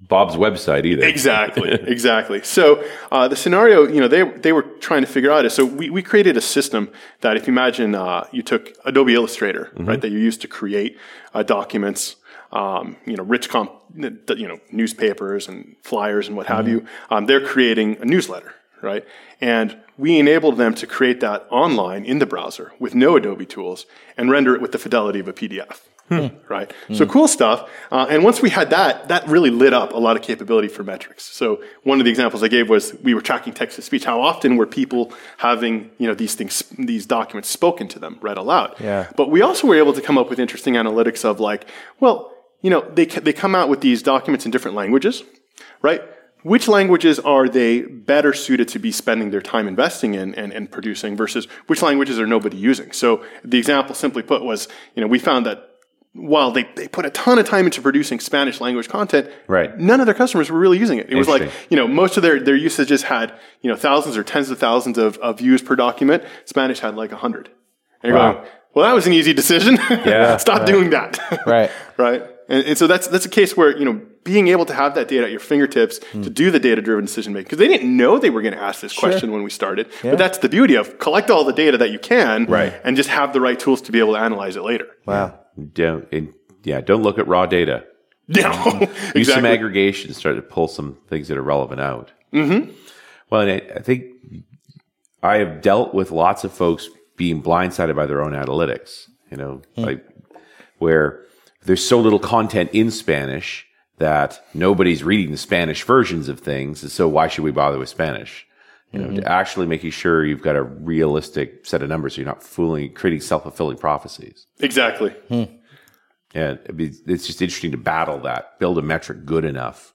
Speaker 3: Bob's website either.
Speaker 4: Exactly, exactly. So uh, the scenario, you know, they they were trying to figure out is so we, we created a system that if you imagine uh, you took Adobe Illustrator, right, that you used to create uh, documents, um, you know, rich comp, you know, newspapers and flyers and what have you. Um, they're creating a newsletter, right? And we enabled them to create that online in the browser with no Adobe tools and render it with the fidelity of a PDF. Right. So cool stuff. Uh, and once we had that, that really lit up a lot of capability for metrics. So one of the examples I gave was we were tracking text to speech. How often were people having, you know, these things, these documents spoken to them, read aloud?
Speaker 2: Yeah.
Speaker 4: But we also were able to come up with interesting analytics of like, well, you know, they, ca- they come out with these documents in different languages right? Which languages are they better suited to be spending their time investing in and, and producing versus which languages are nobody using? So the example simply put was, you know, we found that while they, they put a ton of time into producing Spanish language content,
Speaker 3: Right.
Speaker 4: none of their customers were really using it. It was like,
Speaker 3: Interesting.
Speaker 4: you know, most of their, their usages had, you know, thousands or tens of thousands of, of views per document. Spanish had like a hundred. And you're
Speaker 3: Wow.
Speaker 4: going, well, that was an easy decision.
Speaker 3: [laughs] Yeah.
Speaker 4: [laughs] Stop
Speaker 3: [laughs]
Speaker 4: doing that.
Speaker 2: Right.
Speaker 4: right? And, and so that's that's a case where you know being able to have that data at your fingertips
Speaker 3: Hmm.
Speaker 4: to do the data driven decision making because they didn't know they were going to ask this question when we started, but that's the beauty of collect all the data that you can,
Speaker 3: Right.
Speaker 4: And just have the right tools to be able to analyze it later. [laughs]
Speaker 2: Wow.
Speaker 3: Don't, and, yeah, don't look at raw data.
Speaker 4: Yeah,
Speaker 3: Use some
Speaker 4: [laughs] exactly.
Speaker 3: aggregation, start to pull some things that are relevant out. Mm-hmm. Well, and I, I think I have dealt with lots of folks being blindsided by their own analytics, you know, like where there's so little content in Spanish that nobody's reading the Spanish versions of things. And so why should we bother with Spanish? You know, to actually making sure you've got a realistic set of numbers so you're not fooling, creating self fulfilling prophecies.
Speaker 4: Exactly.
Speaker 3: Hmm. Yeah, it'd be- it's just interesting to battle that, build a metric good enough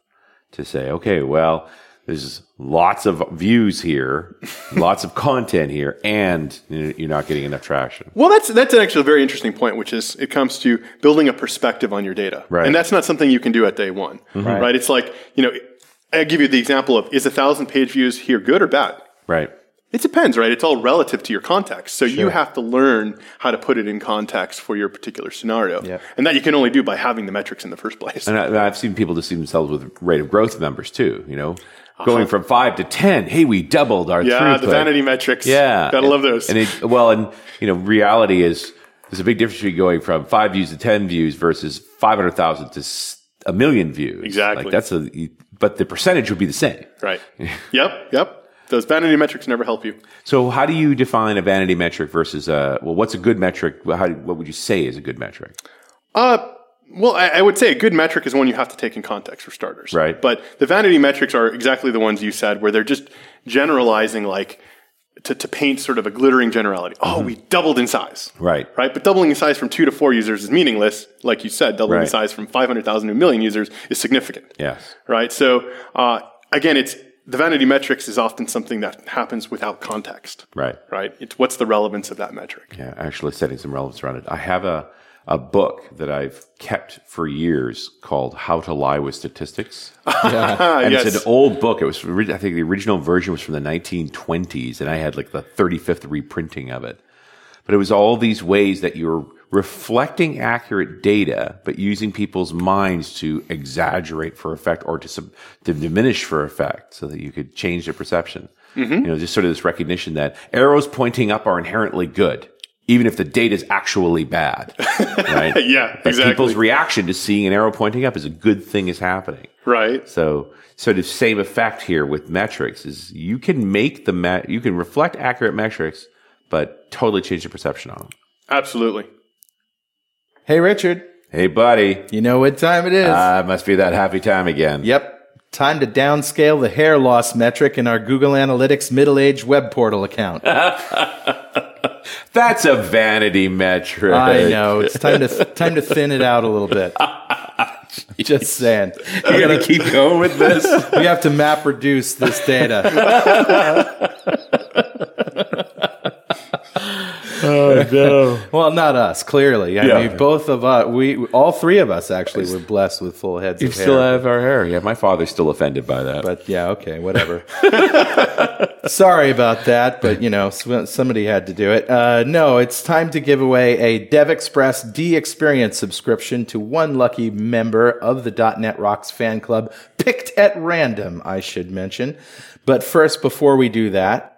Speaker 3: to say, okay, well, there's lots of views here, [laughs] lots of content here, and you know, you're not getting enough traction.
Speaker 4: Well, that's that's actually a very interesting point, which is it comes to building a perspective on your data,
Speaker 3: Right. Mm-hmm.
Speaker 4: and that's not something you can do at day one, right. It's like you know, I give you the example of is a thousand page views here good or bad?
Speaker 3: Right.
Speaker 4: It depends, right? It's all relative to your context. So you have to learn how to put it in context for your particular scenario.
Speaker 2: Yep.
Speaker 4: And that you can only do by having the metrics in the first place.
Speaker 3: And I, and I've seen people deceive themselves with rate of growth numbers too. You know, going from five to ten. Hey, we doubled our
Speaker 4: [laughs] Uh-huh. yeah, the
Speaker 3: throughput.
Speaker 4: vanity metrics.
Speaker 3: Yeah,
Speaker 4: Gotta love those.
Speaker 3: And it, well, and you know, reality is there's a big difference between going from five views to ten views versus five hundred thousand to s- a million views.
Speaker 4: Exactly.
Speaker 3: Like that's a. you- But the percentage would be the same. [laughs]
Speaker 4: right. yep, yep. Those vanity metrics never help you.
Speaker 3: So, how do you define a vanity metric versus a well? What's a good metric? Well, How, do- what would you say is a good metric?
Speaker 4: Uh, well, I, I would say a good metric is one you have to take in context for starters.
Speaker 3: Right.
Speaker 4: But the vanity metrics are exactly the ones you said, where they're just generalizing, like to, to paint sort of a glittering generality. Oh, we doubled in size.
Speaker 3: Mm-hmm. Right.
Speaker 4: Right. But doubling in size from two to four users is meaningless. Like you said, doubling in
Speaker 3: Right.
Speaker 4: size from 500,000 to a million users is significant.
Speaker 3: Yes.
Speaker 4: Right. So, uh, again, it's the vanity metrics is often something that happens without context.
Speaker 3: Right.
Speaker 4: Right. It's what's the relevance of that metric.
Speaker 3: Yeah, actually setting some relevance around it. I have a, a book that I've kept for years called How to Lie with Statistics.
Speaker 4: Ah,
Speaker 3: And
Speaker 4: yes.
Speaker 3: it's an old book. It was, ori- I think the original version was from the 1920s, and I had like the 35th reprinting of it. But it was all these ways that you're reflecting accurate data, but using people's minds to exaggerate for effect or to, sub- to diminish for effect so that you could change their perception.
Speaker 4: Mm-hmm.
Speaker 3: You know, just sort of this recognition that arrows pointing up are inherently good. Even if the data is actually
Speaker 4: [laughs]
Speaker 3: bad, right?
Speaker 4: Yeah,
Speaker 3: but
Speaker 4: exactly.
Speaker 3: people's reaction to seeing an arrow pointing up is a good thing is happening.
Speaker 4: right.
Speaker 3: So, sort of same effect here with metrics is you can make the ma- you can reflect accurate metrics, but totally change the perception on them.
Speaker 4: Absolutely.
Speaker 2: Hey, Richard,
Speaker 3: Hey, buddy,
Speaker 2: you know what time it is.
Speaker 3: uh, must be that happy time again.
Speaker 2: yep. Time to downscale the hair loss metric in our Google Analytics middle aged web portal account.
Speaker 3: That's a vanity metric.
Speaker 2: I know. It's time to time to thin it out a little
Speaker 3: [laughs]
Speaker 2: bit. Just saying.
Speaker 3: You're gonna keep going with [laughs] this.
Speaker 2: We have to map reduce this data.
Speaker 3: [laughs] oh no.
Speaker 2: [laughs] Well, not us, clearly. I
Speaker 3: Yeah.
Speaker 2: mean, both of us, we all three of us actually were blessed with full heads
Speaker 3: We
Speaker 2: of hair.
Speaker 3: still have our hair. Yeah, my father's still offended by that.
Speaker 2: but yeah, okay, whatever. [laughs] Sorry about that, but you know, s- somebody had to do it. Uh, no, it's time to give away a DevExpress D Experience subscription to one lucky member of the .NET Rocks fan club, picked at random, I should mention. But first, before we do that,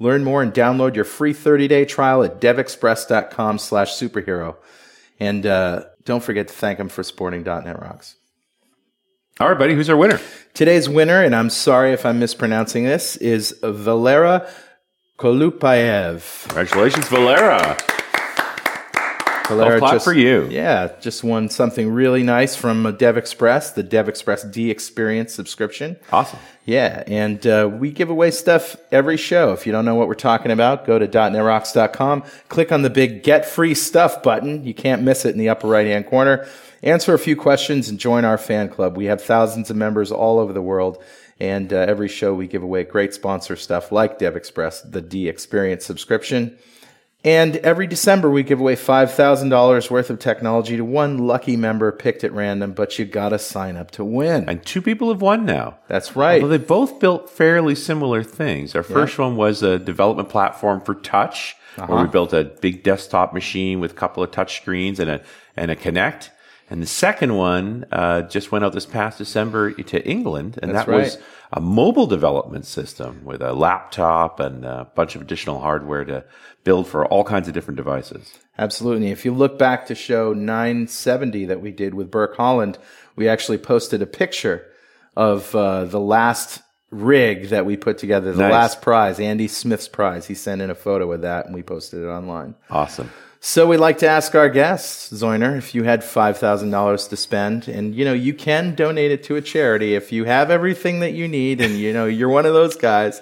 Speaker 2: Learn more and download your free 30-day trial at devexpress.com slash superhero. And uh, don't forget to thank them for supporting .NET Rocks.
Speaker 3: All right, buddy, who's our winner?
Speaker 2: Today's winner, and I'm sorry if I'm mispronouncing this, is Valera Kolupayev.
Speaker 3: Congratulations, Valera.
Speaker 2: Valera
Speaker 3: clap for you.
Speaker 2: Yeah, just won something really nice from uh, DevExpress, the DevExpress D Experience subscription.
Speaker 3: Awesome.
Speaker 2: Yeah, and uh, we give away stuff every show. If you don't know what we're talking about, go to .netrocks.com, click on the big Get Free Stuff button. You can't miss it in the upper right-hand corner. Answer a few questions and join our fan club. We have thousands of members all over the world, and uh, every show we give away great sponsor stuff like DevExpress, the D Experience subscription. And every December, we give away $5,000 worth of technology to one lucky member picked at random, but you gotta sign up to win.
Speaker 3: And two people have won now.
Speaker 2: That's right.
Speaker 3: Although they both built fairly similar things. Our first one was a development platform for touch,
Speaker 2: Uh-huh.
Speaker 3: where we built a big desktop machine with a couple of touch screens and a and a Kinect. And the second one uh, just went out this past December to England, and
Speaker 2: That's
Speaker 3: that was
Speaker 2: right.
Speaker 3: a mobile development system with a laptop and a bunch of additional hardware to build for all kinds of different devices.
Speaker 2: Absolutely. If you look back to show 970 that we did with Burke Holland, we actually posted a picture of uh, the last rig that we put together, the
Speaker 3: Nice.
Speaker 2: last prize, Andy Smith's prize. He sent in a photo of that and we posted it online.
Speaker 3: Awesome.
Speaker 2: So we like to ask our guests, Zoiner, if you had $5,000 to spend and you know, you can donate it to a charity if you have everything that you need and you know, you're one of those guys,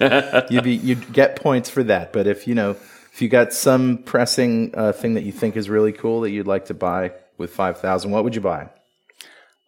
Speaker 2: you'd be you'd get points for that. But if you know, If you got some pressing uh, thing that you think is really cool that you'd like to buy with five thousand, what would you buy?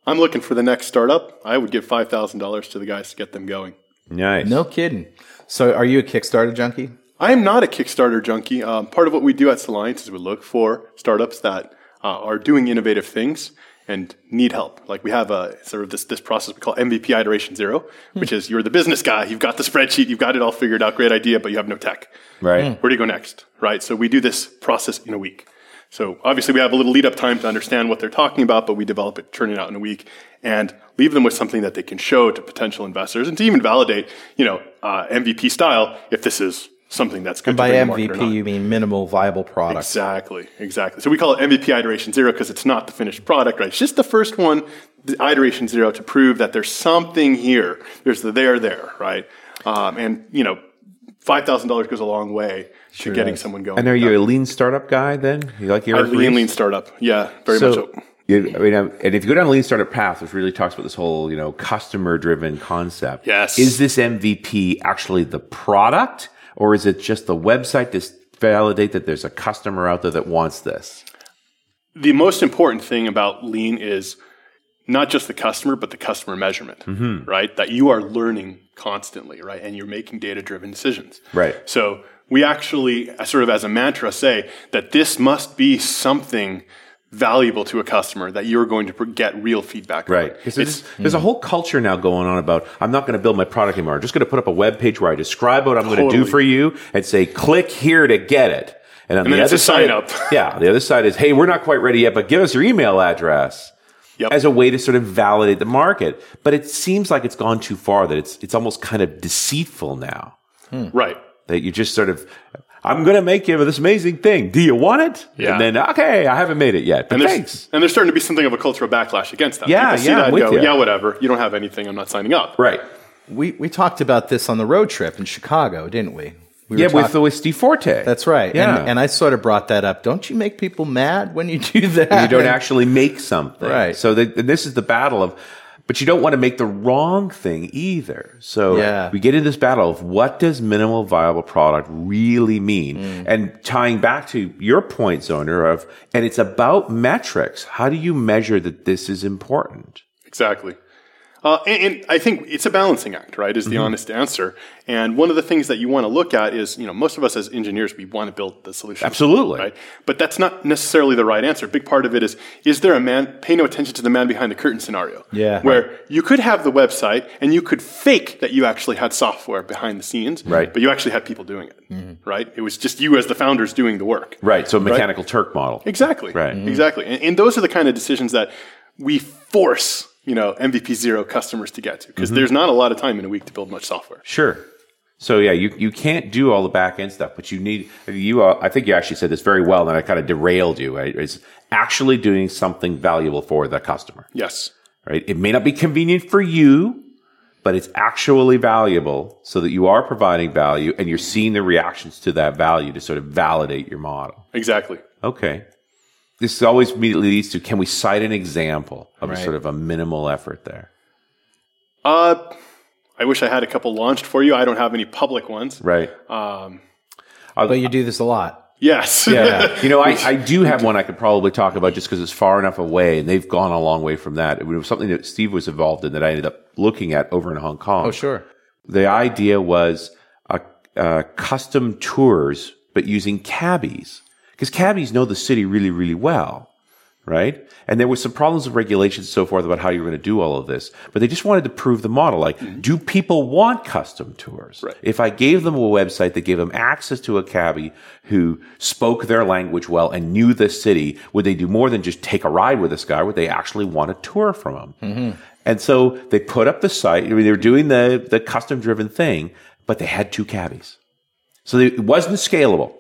Speaker 4: I'm looking for the next startup. I would give five thousand dollars to the guys to get them going.
Speaker 3: Nice.
Speaker 2: No kidding. So, are you a Kickstarter junkie?
Speaker 4: I am not a Kickstarter junkie. Um, part of what we do at Salience is we look for startups that uh, are doing innovative things and need help. Like we have a sort of this, this process we call MVP iteration zero, which is you're the business guy, you've got the spreadsheet, you've got it all figured out, great idea, but you have no tech.
Speaker 3: Right.
Speaker 4: Where do you go next? Right. So we do this process in a week. So obviously we have a little lead up time to understand what they're talking about, but we develop it, turn it out in a week, and leave them with something that they can show to potential investors and to even validate, you know, uh, MVP style if this is something that's good. to
Speaker 2: By
Speaker 4: bring to market or not.
Speaker 2: MVP, you mean minimal viable product.
Speaker 4: Exactly, exactly. So we call it MVP iteration zero because it's not the finished product, right? It's just the first one, the iteration zero, to prove that there's something here. There's the there, there, right? Um, and you know, five thousand dollars goes a long way to getting someone going.
Speaker 3: And are you a lean startup guy then? You like
Speaker 4: a
Speaker 3: Eric
Speaker 4: lean,
Speaker 3: Ries?
Speaker 4: lean startup? Yeah, very much.
Speaker 3: So,
Speaker 4: So.
Speaker 3: you, I mean, um, and if you go down the lean startup path, which really talks about this whole, you know, customer driven concept.
Speaker 4: Yes.
Speaker 3: Is this MVP actually the product or is it just the website to s- validate that there's a customer out there that wants this?
Speaker 4: the most important thing about lean is not just the customer but the customer measurement
Speaker 3: Mm-hmm.
Speaker 4: right that you are learning constantly right and you're making data driven decisions
Speaker 3: Right.
Speaker 4: so we actually uh, sort of as a mantra say that this must be something valuable to a customer that you're going to pr- get real feedback
Speaker 3: Right.
Speaker 4: on.
Speaker 3: 'Cause There's,
Speaker 4: Hmm.
Speaker 3: there's a whole culture now going on about I'm not going to build my product anymore. I'm just going to put up a web page where I describe what I'm going to do
Speaker 4: Totally.
Speaker 3: for you and say, click here to get it. on
Speaker 4: And then
Speaker 3: the
Speaker 4: it's
Speaker 3: other
Speaker 4: a sign
Speaker 3: side, [laughs]
Speaker 4: up. [laughs]
Speaker 3: yeah, the other side is, hey, we're not quite ready yet, but give us your email address
Speaker 4: Yep.
Speaker 3: as a way to sort of validate the market. But it seems like it's gone too far that it's it's almost kind of deceitful now
Speaker 4: right
Speaker 3: that you just sort of. I'm going to make you this amazing thing. Do you want it?
Speaker 4: Yeah.
Speaker 3: And then, okay, I haven't made it yet. But
Speaker 4: and
Speaker 3: thanks.
Speaker 4: there's, and there's starting to be something of a cultural backlash against that.
Speaker 3: Yeah,
Speaker 4: People see
Speaker 3: yeah,
Speaker 4: that
Speaker 3: I'm
Speaker 4: and
Speaker 3: with
Speaker 4: go,
Speaker 3: you.
Speaker 4: yeah, whatever. You don't have anything. I'm not signing up.
Speaker 3: Right.
Speaker 2: We we talked about this on the road trip in Chicago, didn't we? we were
Speaker 3: Yeah,
Speaker 2: talk-
Speaker 3: with, with Steve Forte.
Speaker 2: that's right.
Speaker 3: Yeah.
Speaker 2: And, and I sort of brought that up. Don't you make people mad when you [laughs] do that?
Speaker 3: you don't
Speaker 2: And-
Speaker 3: actually make something.
Speaker 2: Right.
Speaker 3: So the, and this is the battle of, but you don't want to make the wrong thing either. So
Speaker 2: Yeah.
Speaker 3: we get into this battle of what does minimal viable product really mean?
Speaker 2: Mm.
Speaker 3: And tying back to your point, Zoner, of, and it's about metrics. How do you measure that this is important?
Speaker 4: Exactly. Uh, and, and I think it's a balancing act, right? Is the
Speaker 3: Mm-hmm.
Speaker 4: honest answer. And one of the things that you want to look at is, you know, most of us as engineers, we want to build the solution.
Speaker 3: Absolutely.
Speaker 4: Right? But that's not necessarily the right answer. A big part of it is, is there a man, pay no attention to the man behind the curtain scenario.
Speaker 2: Yeah.
Speaker 4: Where you could have the website and you could fake that you actually had software behind the scenes.
Speaker 3: Right. Mm-hmm.
Speaker 4: But you actually had people doing it. Right. It was just you as the founders doing the work.
Speaker 3: Right. So mechanical Turk model.
Speaker 4: Exactly.
Speaker 3: Right. Mhm.
Speaker 4: Exactly. And, and those are the kind of decisions that we force, you know, MVP zero customers to get to
Speaker 3: Mm-hmm.
Speaker 4: because there's not a lot of time in a week to build much software.
Speaker 3: Sure. So yeah, you, you can't do all the back end stuff, but you need you. Uh, I think you actually said this very well, and I kind of derailed you. Right? It's actually doing something valuable for the customer.
Speaker 4: Yes.
Speaker 3: Right? It may not be convenient for you, but it's actually valuable, so that you are providing value and you're seeing the reactions to that value to sort of validate your model.
Speaker 4: Exactly.
Speaker 3: Okay. This always immediately leads to: Can we cite an example of
Speaker 2: Right.
Speaker 3: a sort of a minimal effort there?
Speaker 4: Uh, I wish I had a couple launched for you. I don't have any public ones.
Speaker 3: Right. Uh,
Speaker 4: Um,
Speaker 2: But you do this a lot. [laughs]
Speaker 4: yes.
Speaker 3: Yeah. You know, I, I do have one I could probably talk about just because it's far enough away and they've gone a long way from that. It was something that Steve was involved in that I ended up looking at over in Hong Kong.
Speaker 2: Oh, sure.
Speaker 3: The idea was a, uh, custom tours, but using cabbies because cabbies know the city really, really well. Right. And there was some problems with regulations and so forth about how you were going to do all of this, but they just wanted to prove the model. Like, do people want custom tours?
Speaker 4: Right.
Speaker 3: If I gave them a website that gave them access to a cabbie who spoke their language well and knew the city, would they do more than just take a ride with this guy? Would they actually want a tour from him? And so they put up the site. I mean, they were doing the, the custom driven thing, but they had two cabbies. So they, it wasn't scalable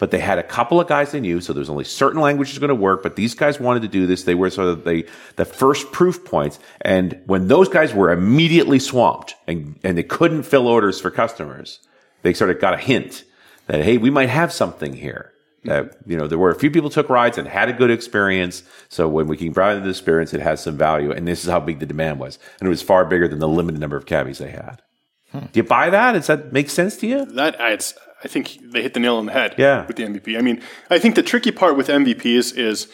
Speaker 3: but they had a couple of guys they knew, so there's only certain languages going to work. But these guys wanted to do this; they were sort of the the first proof points. And when those guys were immediately swamped and and they couldn't fill orders for customers, they sort of got a hint that hey, we might have something here. That you know, there were a few people took rides and had a good experience. So when we can provide the experience, it has some value. And this is how big the demand was, and it was far bigger than the limited number of cabbies they had. Do you buy that? Does that make sense to you?
Speaker 4: [laughs] That I- it's I think they hit the nail on the head
Speaker 3: Yeah.
Speaker 4: with the MVP. I mean, I think the tricky part with MVPs is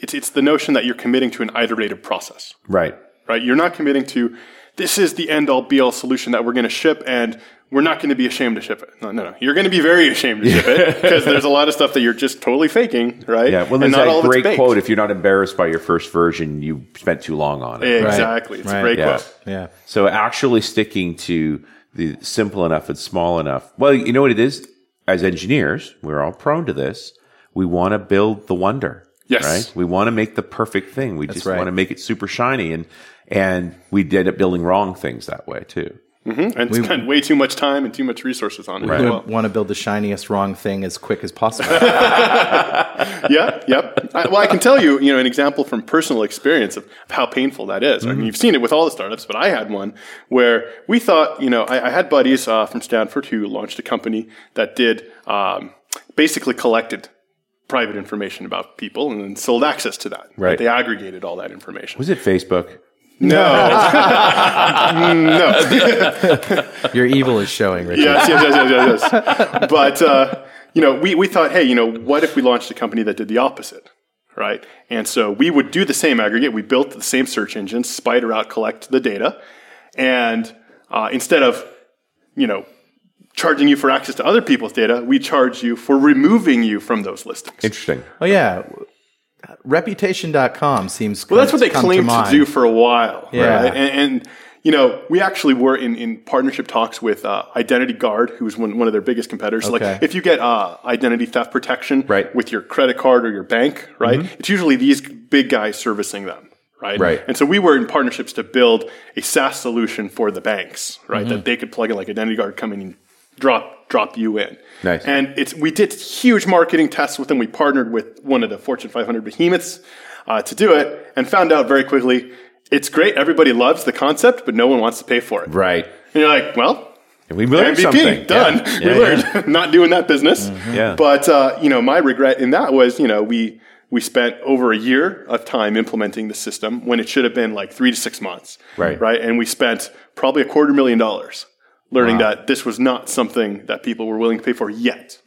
Speaker 4: it's, it's the notion that you're committing to an iterative process
Speaker 3: Right.
Speaker 4: right? You're not committing to this is the end all be all solution that we're going to ship and we're not going to be ashamed to ship it. No, no, no. You're going to be very ashamed to ship
Speaker 3: [laughs]
Speaker 4: it because there's a lot of stuff that you're just totally faking, right?
Speaker 3: Yeah. Well,
Speaker 4: and
Speaker 3: there's
Speaker 4: not all
Speaker 3: that
Speaker 4: of it's
Speaker 3: great
Speaker 4: baked.
Speaker 3: quote. If you're not embarrassed by your first version, you spent too long on it.
Speaker 4: Exactly. It's
Speaker 2: Right.
Speaker 4: a great
Speaker 3: Yeah.
Speaker 4: quote.
Speaker 2: Yeah.
Speaker 3: So actually sticking to the simple enough and small enough. Well, you know what it is? As engineers, we're all prone to this. We want to build the wonder.
Speaker 4: Yes.
Speaker 3: Right? We want to make the perfect thing. We just
Speaker 2: right.
Speaker 3: want to make it super shiny and and we end up building wrong things that way too.
Speaker 4: And spend way too much time and too much resources on it. as
Speaker 2: We
Speaker 4: well.
Speaker 2: want to build the shiniest wrong thing as quick as possible. [laughs]
Speaker 4: yeah, yep. I, well, I can tell you, you know, an example from personal experience of, of how painful that is. I mean, you've seen it with all the startups, but I had one where we thought, you know, I, I had buddies uh, from Stanford who launched a company that did um, basically collected private information about people and then sold access to that.
Speaker 3: Right.
Speaker 4: They aggregated all that information.
Speaker 3: Was it Facebook?
Speaker 4: no. no.
Speaker 2: Your evil is showing, Richard.
Speaker 4: [laughs] yes, yes, yes, yes, yes, yes. But uh, you know, we, we thought, hey, you know, what if we launched a company that did the opposite, right? And so we would do the same aggregate. We built the same search engine, spider out, collect the data, and uh, instead of you know charging you for access to other people's data, we charge you for removing you from those listings.
Speaker 3: Interesting.
Speaker 2: Oh, yeah. Reputation.com seems
Speaker 4: Well, that's what they claimed to, do for a while,
Speaker 2: Yeah.
Speaker 4: right? And, and you know, we actually were in, in partnership talks with uh, Identity Guard, who's one, one of their biggest competitors.
Speaker 2: Okay.
Speaker 4: Like, if you get uh, identity theft protection
Speaker 3: Right.
Speaker 4: with your credit card or your bank, right? It's usually these big guys servicing them. Right?
Speaker 3: Right.
Speaker 4: And so we were in partnerships to build a SaaS solution for the banks, right? That they could plug in like Identity Guard come in and drop drop you in.
Speaker 3: Nice.
Speaker 4: And it's we did huge marketing tests with them. We partnered with one of the Fortune 500 behemoths uh, to do it, and found out very quickly it's great. Everybody loves the concept, but no one wants to pay for it.
Speaker 3: Right.
Speaker 4: And you're like, well,
Speaker 3: And we learned
Speaker 4: MVP
Speaker 3: something.
Speaker 4: done.
Speaker 3: Yeah.
Speaker 4: [laughs] we
Speaker 3: Yeah, Mm-hmm.
Speaker 4: learned not doing that business.
Speaker 3: Yeah.
Speaker 4: But uh, you know, my regret in that was you know we we spent over a year of time implementing the system when it should have been like three to six months.
Speaker 3: Right.
Speaker 4: Right. And we spent probably a quarter million dollars learning that this was not something that people were willing to pay for yet.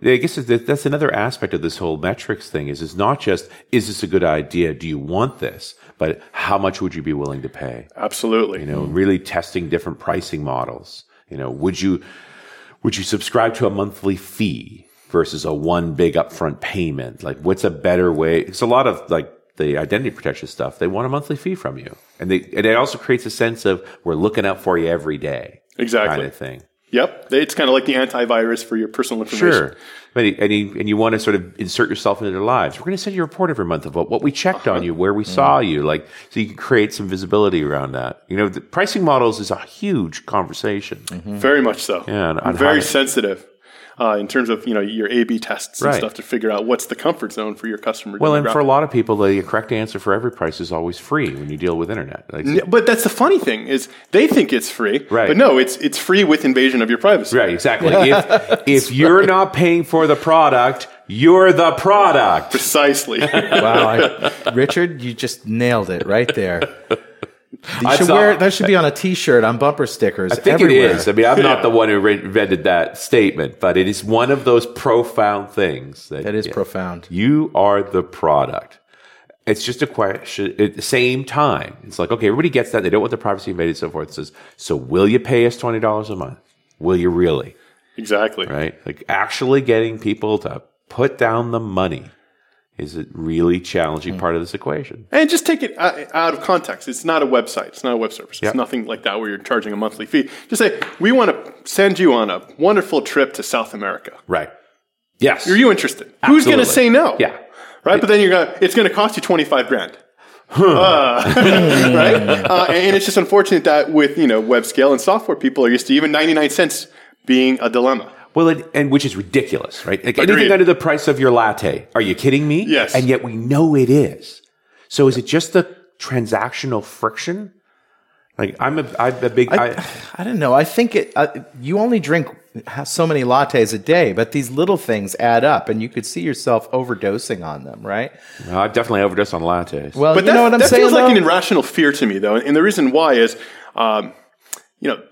Speaker 3: Yeah, I guess that- that's another aspect of this whole metrics thing is it's not just is this a good idea? Do you want this? But how much would you be willing to pay?
Speaker 4: Absolutely.
Speaker 3: You know, really testing different pricing models. You know, would you would you subscribe to a monthly fee versus a one big upfront payment? Like, what's a better way? It's a lot of like the identity protection stuff. They want a monthly fee from you, and they and it also creates a sense of we're looking out for you every day,
Speaker 4: Exactly.
Speaker 3: kind of thing.
Speaker 4: Yep. It's kind of like the antivirus for your personal information.
Speaker 3: Sure. But he- and, you, and you want to sort of insert yourself into their lives. We're going to send you a report every month about what we checked
Speaker 2: Uh-huh.
Speaker 3: on you, where we
Speaker 2: Mm.
Speaker 3: saw you, like so you can create some visibility around that. You know, the pricing models is a huge conversation.
Speaker 2: Mm-hmm.
Speaker 4: Very much so.
Speaker 3: Mm-hmm. Yeah, and- and
Speaker 4: very
Speaker 3: how-
Speaker 4: sensitive uh, in terms of you know your A/B tests and
Speaker 3: Right.
Speaker 4: stuff to figure out what's the comfort zone for your customer.
Speaker 3: Well, and for a
Speaker 4: demographic.
Speaker 3: lot of people, the correct answer for every price is always free when you deal with internet. Like,
Speaker 4: Yeah, but that's the funny thing is they think it's free,
Speaker 3: Right.
Speaker 4: But no, it's it's free with invasion of your privacy.
Speaker 3: Right, exactly.
Speaker 2: [laughs]
Speaker 3: if if you're not paying for the product, you're the product. [laughs]
Speaker 4: Precisely. [laughs]
Speaker 2: Wow. I, Richard, you just nailed it right there. You should
Speaker 3: saw-
Speaker 2: wear, that should be on a t shirt, on bumper stickers.
Speaker 3: I think
Speaker 2: everywhere.
Speaker 3: it is. I mean, I'm not the one who re- invented that statement, but it is one of those profound things that,
Speaker 2: That is
Speaker 3: yeah.
Speaker 2: profound.
Speaker 3: You are the product. It's just a question at the same time. It's like, okay, everybody gets that. They don't want their privacy invaded, so forth. It says, so will you pay us $20 a month? Will you really?
Speaker 4: exactly.
Speaker 3: Right? Like actually getting people to put down the money is a really challenging
Speaker 4: Hmm.
Speaker 3: part of this equation.
Speaker 4: And just take it uh, out of context. It's not a website. It's not a web service.
Speaker 3: Yep.
Speaker 4: It's nothing like that where you're charging a monthly fee. Just say we want to send you on a wonderful trip to South America.
Speaker 3: Right. Yes.
Speaker 4: Are you interested? Who's going to
Speaker 3: Absolutely.
Speaker 4: say no?
Speaker 3: Yeah.
Speaker 4: Right. But then you're gonna. It's going to cost you twenty five grand. Uh, [laughs] right. Uh, and it's just unfortunate that with you know web scale and software, people are used to even ninety nine cents being a dilemma.
Speaker 3: Well, it, and which is ridiculous, right? Like anything
Speaker 4: Agreed.
Speaker 3: under the price of your latte. Are you kidding me?
Speaker 4: Yes.
Speaker 3: And yet we know it is. So is it just the transactional friction? Like I'm a, I'm a big, I,
Speaker 2: I don't know. I think it. Uh, you only drink ha- so many lattes a day, but these little things add up, and you could see yourself overdosing on them, right?
Speaker 3: I definitely overdosed on lattes.
Speaker 2: Well,
Speaker 4: But
Speaker 2: you
Speaker 4: that,
Speaker 2: know what I'm
Speaker 4: that
Speaker 2: saying.
Speaker 4: feels like an
Speaker 2: though?
Speaker 4: irrational fear to me, though. And the reason why is, um, you know,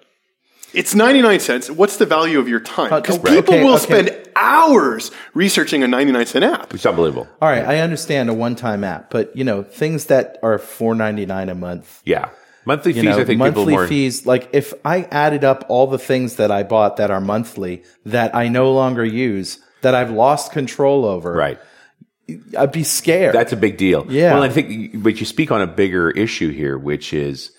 Speaker 4: It's 99 cents. What's the value of your time? Because
Speaker 2: Oh, right.
Speaker 4: people
Speaker 2: Okay,
Speaker 4: will
Speaker 2: okay.
Speaker 4: spend hours researching a 99 cent app.
Speaker 3: It's unbelievable.
Speaker 2: All right, I understand a one-time app, but you know things that are four ninety-nine a month.
Speaker 3: Yeah. Monthly
Speaker 2: You
Speaker 3: fees,
Speaker 2: know,
Speaker 3: I think people
Speaker 2: monthly
Speaker 3: more.
Speaker 2: fees. Like if I added up all the things that I bought that are monthly that I no longer use that I've lost control over,
Speaker 3: Right.
Speaker 2: I'd be scared.
Speaker 3: That's a big deal.
Speaker 2: Yeah.
Speaker 3: Well, I think, but you speak on a bigger issue here, which is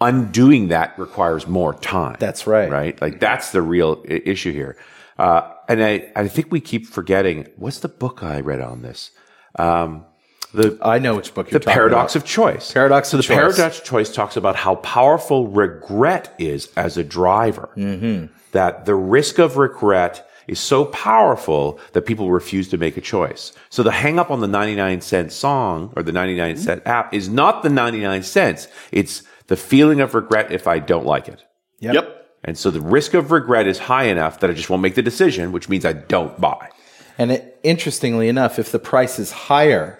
Speaker 3: undoing that requires more time.
Speaker 2: That's right.
Speaker 3: Right. Like that's the real I- issue here. Uh, and I, I think we keep forgetting what's the book I read on this? Um, the
Speaker 2: I know which book you're
Speaker 3: the
Speaker 2: talking
Speaker 3: paradox
Speaker 2: about.
Speaker 3: of choice.
Speaker 2: Paradox
Speaker 3: so
Speaker 2: of
Speaker 3: the
Speaker 2: choice.
Speaker 3: paradox of choice talks about how powerful regret is as a driver.
Speaker 2: Mm-hmm.
Speaker 3: That the risk of regret is so powerful that people refuse to make a choice. So the hang up on the 99 cent song or the
Speaker 2: Mm-hmm.
Speaker 3: 99 cent app is not the 99 cents. It's the feeling of regret if I don't like it.
Speaker 2: Yep.
Speaker 3: And so the risk of regret is high enough that I just won't make the decision, which means I don't buy.
Speaker 2: And it, interestingly enough, if the price is higher,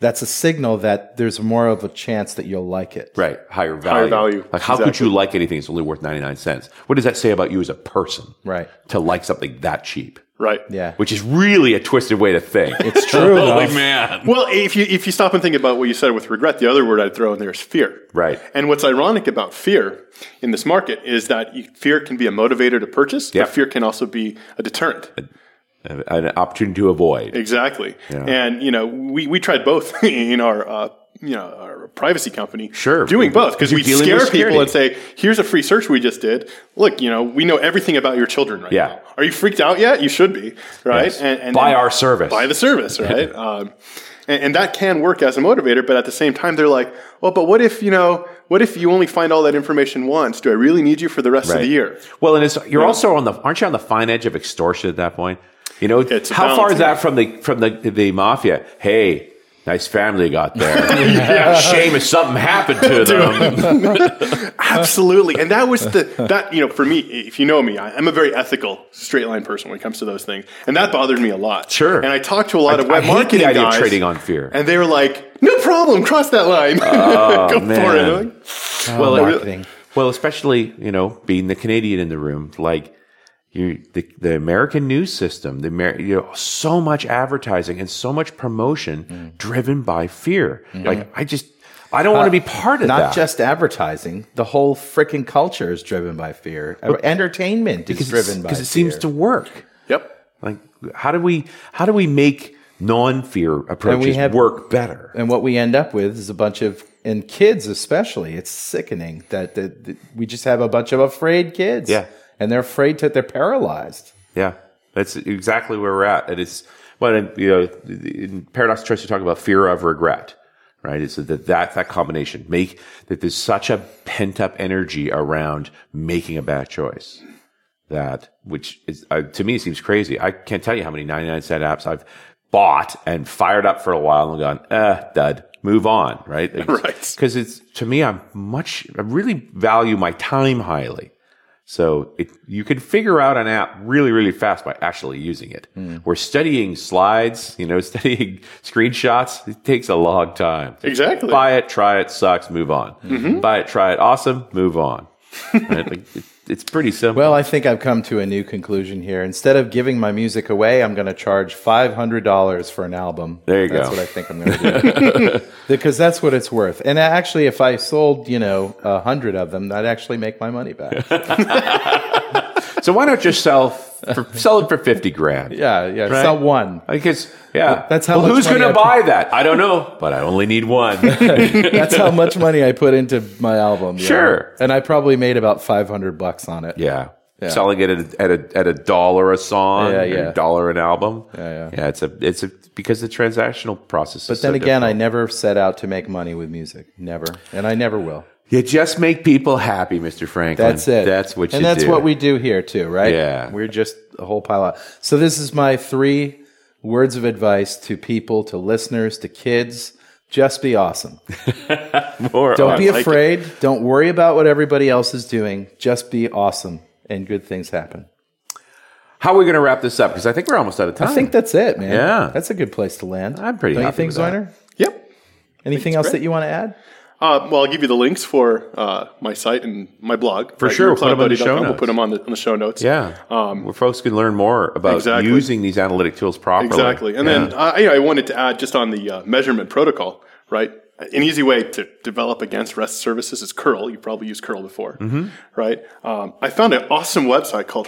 Speaker 2: that's a signal that there's more of a chance that you'll like it.
Speaker 3: Right. Higher value.
Speaker 4: value.
Speaker 3: Like, how could
Speaker 4: Exactly.
Speaker 3: you like anything that's only worth 99 cents? What does that say about you as a person?
Speaker 2: Right.
Speaker 3: To like something that cheap,
Speaker 4: Right.
Speaker 2: Yeah.
Speaker 3: which is really a twisted way to think.
Speaker 2: It's true. though.
Speaker 3: man.
Speaker 4: [laughs] Well, if you if you stop and think about what you said with regret, the other word I'd throw in there is fear.
Speaker 3: Right.
Speaker 4: And what's ironic about fear in this market is that you, fear can be a motivator to purchase,
Speaker 3: Yeah.
Speaker 4: but fear can also be a deterrent.
Speaker 3: [laughs] An opportunity to avoid.
Speaker 4: Exactly. And you know, we, we tried both [laughs] in our uh, you know our privacy company.
Speaker 3: Sure.
Speaker 4: doing both because
Speaker 3: You're
Speaker 4: we
Speaker 3: dealing
Speaker 4: scare
Speaker 3: with
Speaker 4: people and
Speaker 3: security.
Speaker 4: say, "Here's a free search we just did. Look, you know, we know everything about your children right
Speaker 3: Yeah.
Speaker 4: now. Are you freaked out yet? You should be, right?
Speaker 3: Yes. Buy our service.
Speaker 4: Buy
Speaker 3: [laughs]
Speaker 4: the service, right? um, and, and that can work as a motivator, but at the same time, they're like, "Well, but what if you know? What if you only find all that information once? Do I really need you for the rest of
Speaker 3: Right.
Speaker 4: the year?"
Speaker 3: Well, and it's, you're also on the, aren't you on the fine edge of extortion at that point? You know,
Speaker 4: It's a
Speaker 3: how far is
Speaker 4: balancing
Speaker 3: that from the, from the, the mafia? Hey, nice family you got
Speaker 4: [laughs]
Speaker 3: there. Shame if something happened to them.
Speaker 4: [laughs] Absolutely. And that was the, that, you know, for me, if you know me, I, I'm a very ethical, straight line person when it comes to those things. And that bothered me a lot.
Speaker 3: Sure.
Speaker 4: And I talked to a lot
Speaker 3: I-
Speaker 4: of web
Speaker 3: I hate the
Speaker 4: marketing
Speaker 3: idea of
Speaker 4: guys,
Speaker 3: trading on fear.
Speaker 4: And they were like, no problem, cross that line. [laughs] Go for it.
Speaker 3: Oh, man.
Speaker 4: I'm like,
Speaker 3: well, it-
Speaker 2: marketing.
Speaker 3: well, especially you know, being the Canadian in the room, like you, the the American news system, the Amer- you know, so much advertising and so much promotion
Speaker 2: Mm.
Speaker 3: driven by fear. Like I just, I don't want to be part of
Speaker 2: Mm-hmm. Not
Speaker 3: that.
Speaker 2: just advertising. The whole freaking culture is driven by fear. Entertainment is driven by
Speaker 3: because
Speaker 2: fear.
Speaker 3: it seems to work.
Speaker 4: Yep.
Speaker 3: Like how do we how do we make non fear approaches
Speaker 2: have-
Speaker 3: work better?
Speaker 2: And what we end up with is a bunch of, and kids especially, it's sickening that, that, that we just have a bunch of afraid kids.
Speaker 3: Yeah.
Speaker 2: And they're afraid that they're paralyzed.
Speaker 3: Yeah, that's exactly where we're at. And it's well, you know, in paradox of choice, you talk about fear of regret, right? It's that that that combination make that there's such a pent up energy around making a bad choice that which is uh, to me seems crazy. I can't tell you how many 99 cent apps I've bought and fired up for a while and gone, uh, dud, move on, right?
Speaker 4: Right.
Speaker 3: Because it's to me, I'm much, I really value my time highly. So it, you can figure out an app really, really fast by actually using it. We're studying slides, you know, [laughs] studying screenshots. It takes a long time.
Speaker 4: Exactly.
Speaker 3: Buy it, try it, sucks, move on. Buy it, try it, awesome, move on. Right? Like, it- it's pretty simple.
Speaker 2: Well, I think I've come to a new conclusion here. Instead of giving my music away, I'm going to charge $500 for an album.
Speaker 3: There you
Speaker 2: that's
Speaker 3: go.
Speaker 2: what I think I'm going to do.
Speaker 3: [laughs]
Speaker 2: because that's what it's worth. And actually, if I sold, you know, a hundred of them, I'd actually make my money
Speaker 3: [laughs]
Speaker 2: back.
Speaker 3: So why not just sell for, sell it for fifty grand?
Speaker 2: Yeah, yeah.
Speaker 3: Right.
Speaker 2: Sell one.
Speaker 3: Because yeah,
Speaker 2: That's how
Speaker 3: Well,
Speaker 2: much
Speaker 3: who's going
Speaker 2: money
Speaker 3: to
Speaker 2: I-
Speaker 3: buy that? I don't know, but I only
Speaker 2: [laughs]
Speaker 3: need one.
Speaker 2: That's how much money I put into my album. you know?
Speaker 3: Sure.
Speaker 2: And I probably made about 500 bucks on it.
Speaker 3: yeah. selling it at a, at a at a dollar a song,
Speaker 2: Yeah,
Speaker 3: or
Speaker 2: yeah.
Speaker 3: a dollar an album.
Speaker 2: Yeah, yeah.
Speaker 3: It's a it's a because the transactional process.
Speaker 2: But then again, I never set out to make money with music. Never. And I never will.
Speaker 3: you just make people happy, Mr. Franklin.
Speaker 2: That's it.
Speaker 3: That's what
Speaker 2: And
Speaker 3: you
Speaker 2: that's
Speaker 3: do.
Speaker 2: what we do here too, right?
Speaker 3: Yeah.
Speaker 2: We're just a whole pile of. So this is my three words of advice to people, to listeners, to kids. Just be
Speaker 3: [laughs]
Speaker 2: awesome.
Speaker 3: Or-
Speaker 2: Don't be
Speaker 4: like it.
Speaker 2: afraid. Don't worry about what everybody else is doing. Just be awesome and good things happen.
Speaker 3: How are we going to wrap this up? Because I think we're almost out of time.
Speaker 2: I think that's it, man.
Speaker 3: Yeah.
Speaker 2: That's a good place to land.
Speaker 3: I'm pretty
Speaker 2: Don't
Speaker 3: happy
Speaker 2: you think,
Speaker 3: with that.
Speaker 2: Zoiner?
Speaker 4: Yep.
Speaker 2: Anything else that you want to add?
Speaker 4: Uh, well, I'll give you the links for uh, my site and my blog. For
Speaker 3: sure, we'll put 'em on the show
Speaker 4: We'll
Speaker 3: notes.
Speaker 4: put them on the, on the show notes.
Speaker 3: Yeah.
Speaker 4: Um,
Speaker 3: Where folks can learn more about
Speaker 4: Exactly.
Speaker 3: using these analytic tools properly.
Speaker 4: Exactly. And then uh, yeah, I wanted to add just on the uh, measurement protocol, right? An easy way to develop against REST services is curl. You probably used curl before, right? Um, I found an awesome website called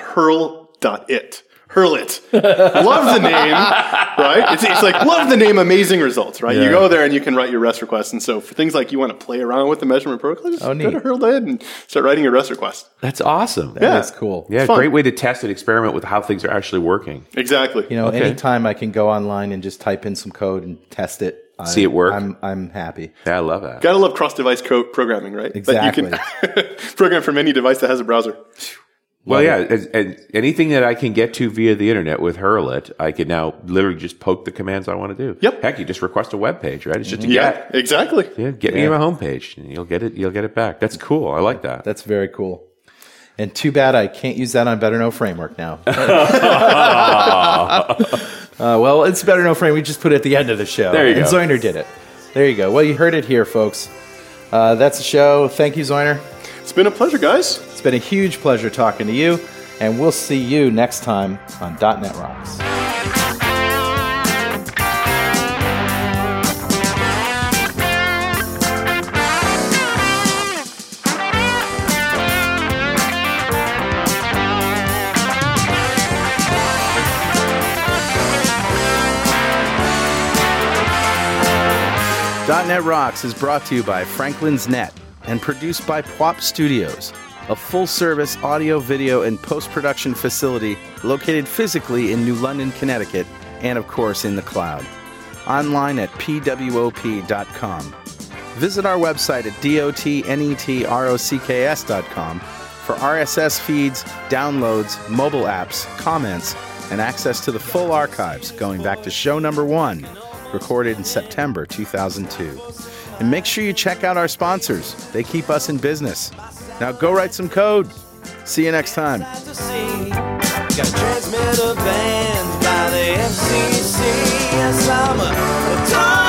Speaker 4: hurl.it. Hurl it. love the name, right? It's, it's like, love the name, amazing results, right? You go there and you can write your REST requests. And so for things like you want to play around with the measurement protocol, just go
Speaker 2: neat.
Speaker 4: to hurl.it and start writing your REST request.
Speaker 3: That's awesome.
Speaker 4: Yeah.
Speaker 2: That's cool.
Speaker 3: Yeah,
Speaker 4: fun.
Speaker 3: great way to test and experiment with how things are actually working.
Speaker 4: Exactly.
Speaker 2: You know, anytime I can go online and just type in some code and test it, I,
Speaker 3: See it work.
Speaker 2: I'm I'm happy.
Speaker 3: Yeah, I love that.
Speaker 4: Gotta love cross-device co- programming, right? That you can [laughs] program from any device that has a browser.
Speaker 3: well, yeah, and, and anything that I can get to via the internet with Hurlit, I can now literally just poke the commands I want to do.
Speaker 4: Yep. Mm-hmm.
Speaker 3: Heck, you just request a web page, right? It's just a
Speaker 4: Yeah,
Speaker 3: get.
Speaker 4: exactly.
Speaker 3: Yeah, get me my homepage, and you'll get it. You'll get it back. That's cool. I like that.
Speaker 2: That's very cool. And too bad I can't use that on Better Know Framework
Speaker 3: [laughs]
Speaker 2: now. uh, well, it's Better Know Framework. We just put it at the end of the show.
Speaker 3: There you
Speaker 2: and
Speaker 3: go.
Speaker 2: Zoiner did it. There you go. Well, you heard it here, folks. Uh, that's the show. Thank you, Zoiner.
Speaker 4: It's been a pleasure, guys.
Speaker 2: It's been a huge pleasure talking to you, and we'll see you next time on .NET Rocks. .NET Rocks is brought to you by Franklin's Net and produced by Pwop Studios, a full-service audio, video, and post-production facility located physically in New London, Connecticut, and of course in the cloud. Online at pwop.com. Visit our website at E dotnetrocks.com for RSS feeds, downloads, mobile apps, comments, and access to the full archives going back to show number one, recorded in September 2002. And make sure you check out our sponsors, they keep us in business. Now go write some code. See you next time.
Speaker 5: Got transmitter banned by the FCC. Yes, I'm a, a dog.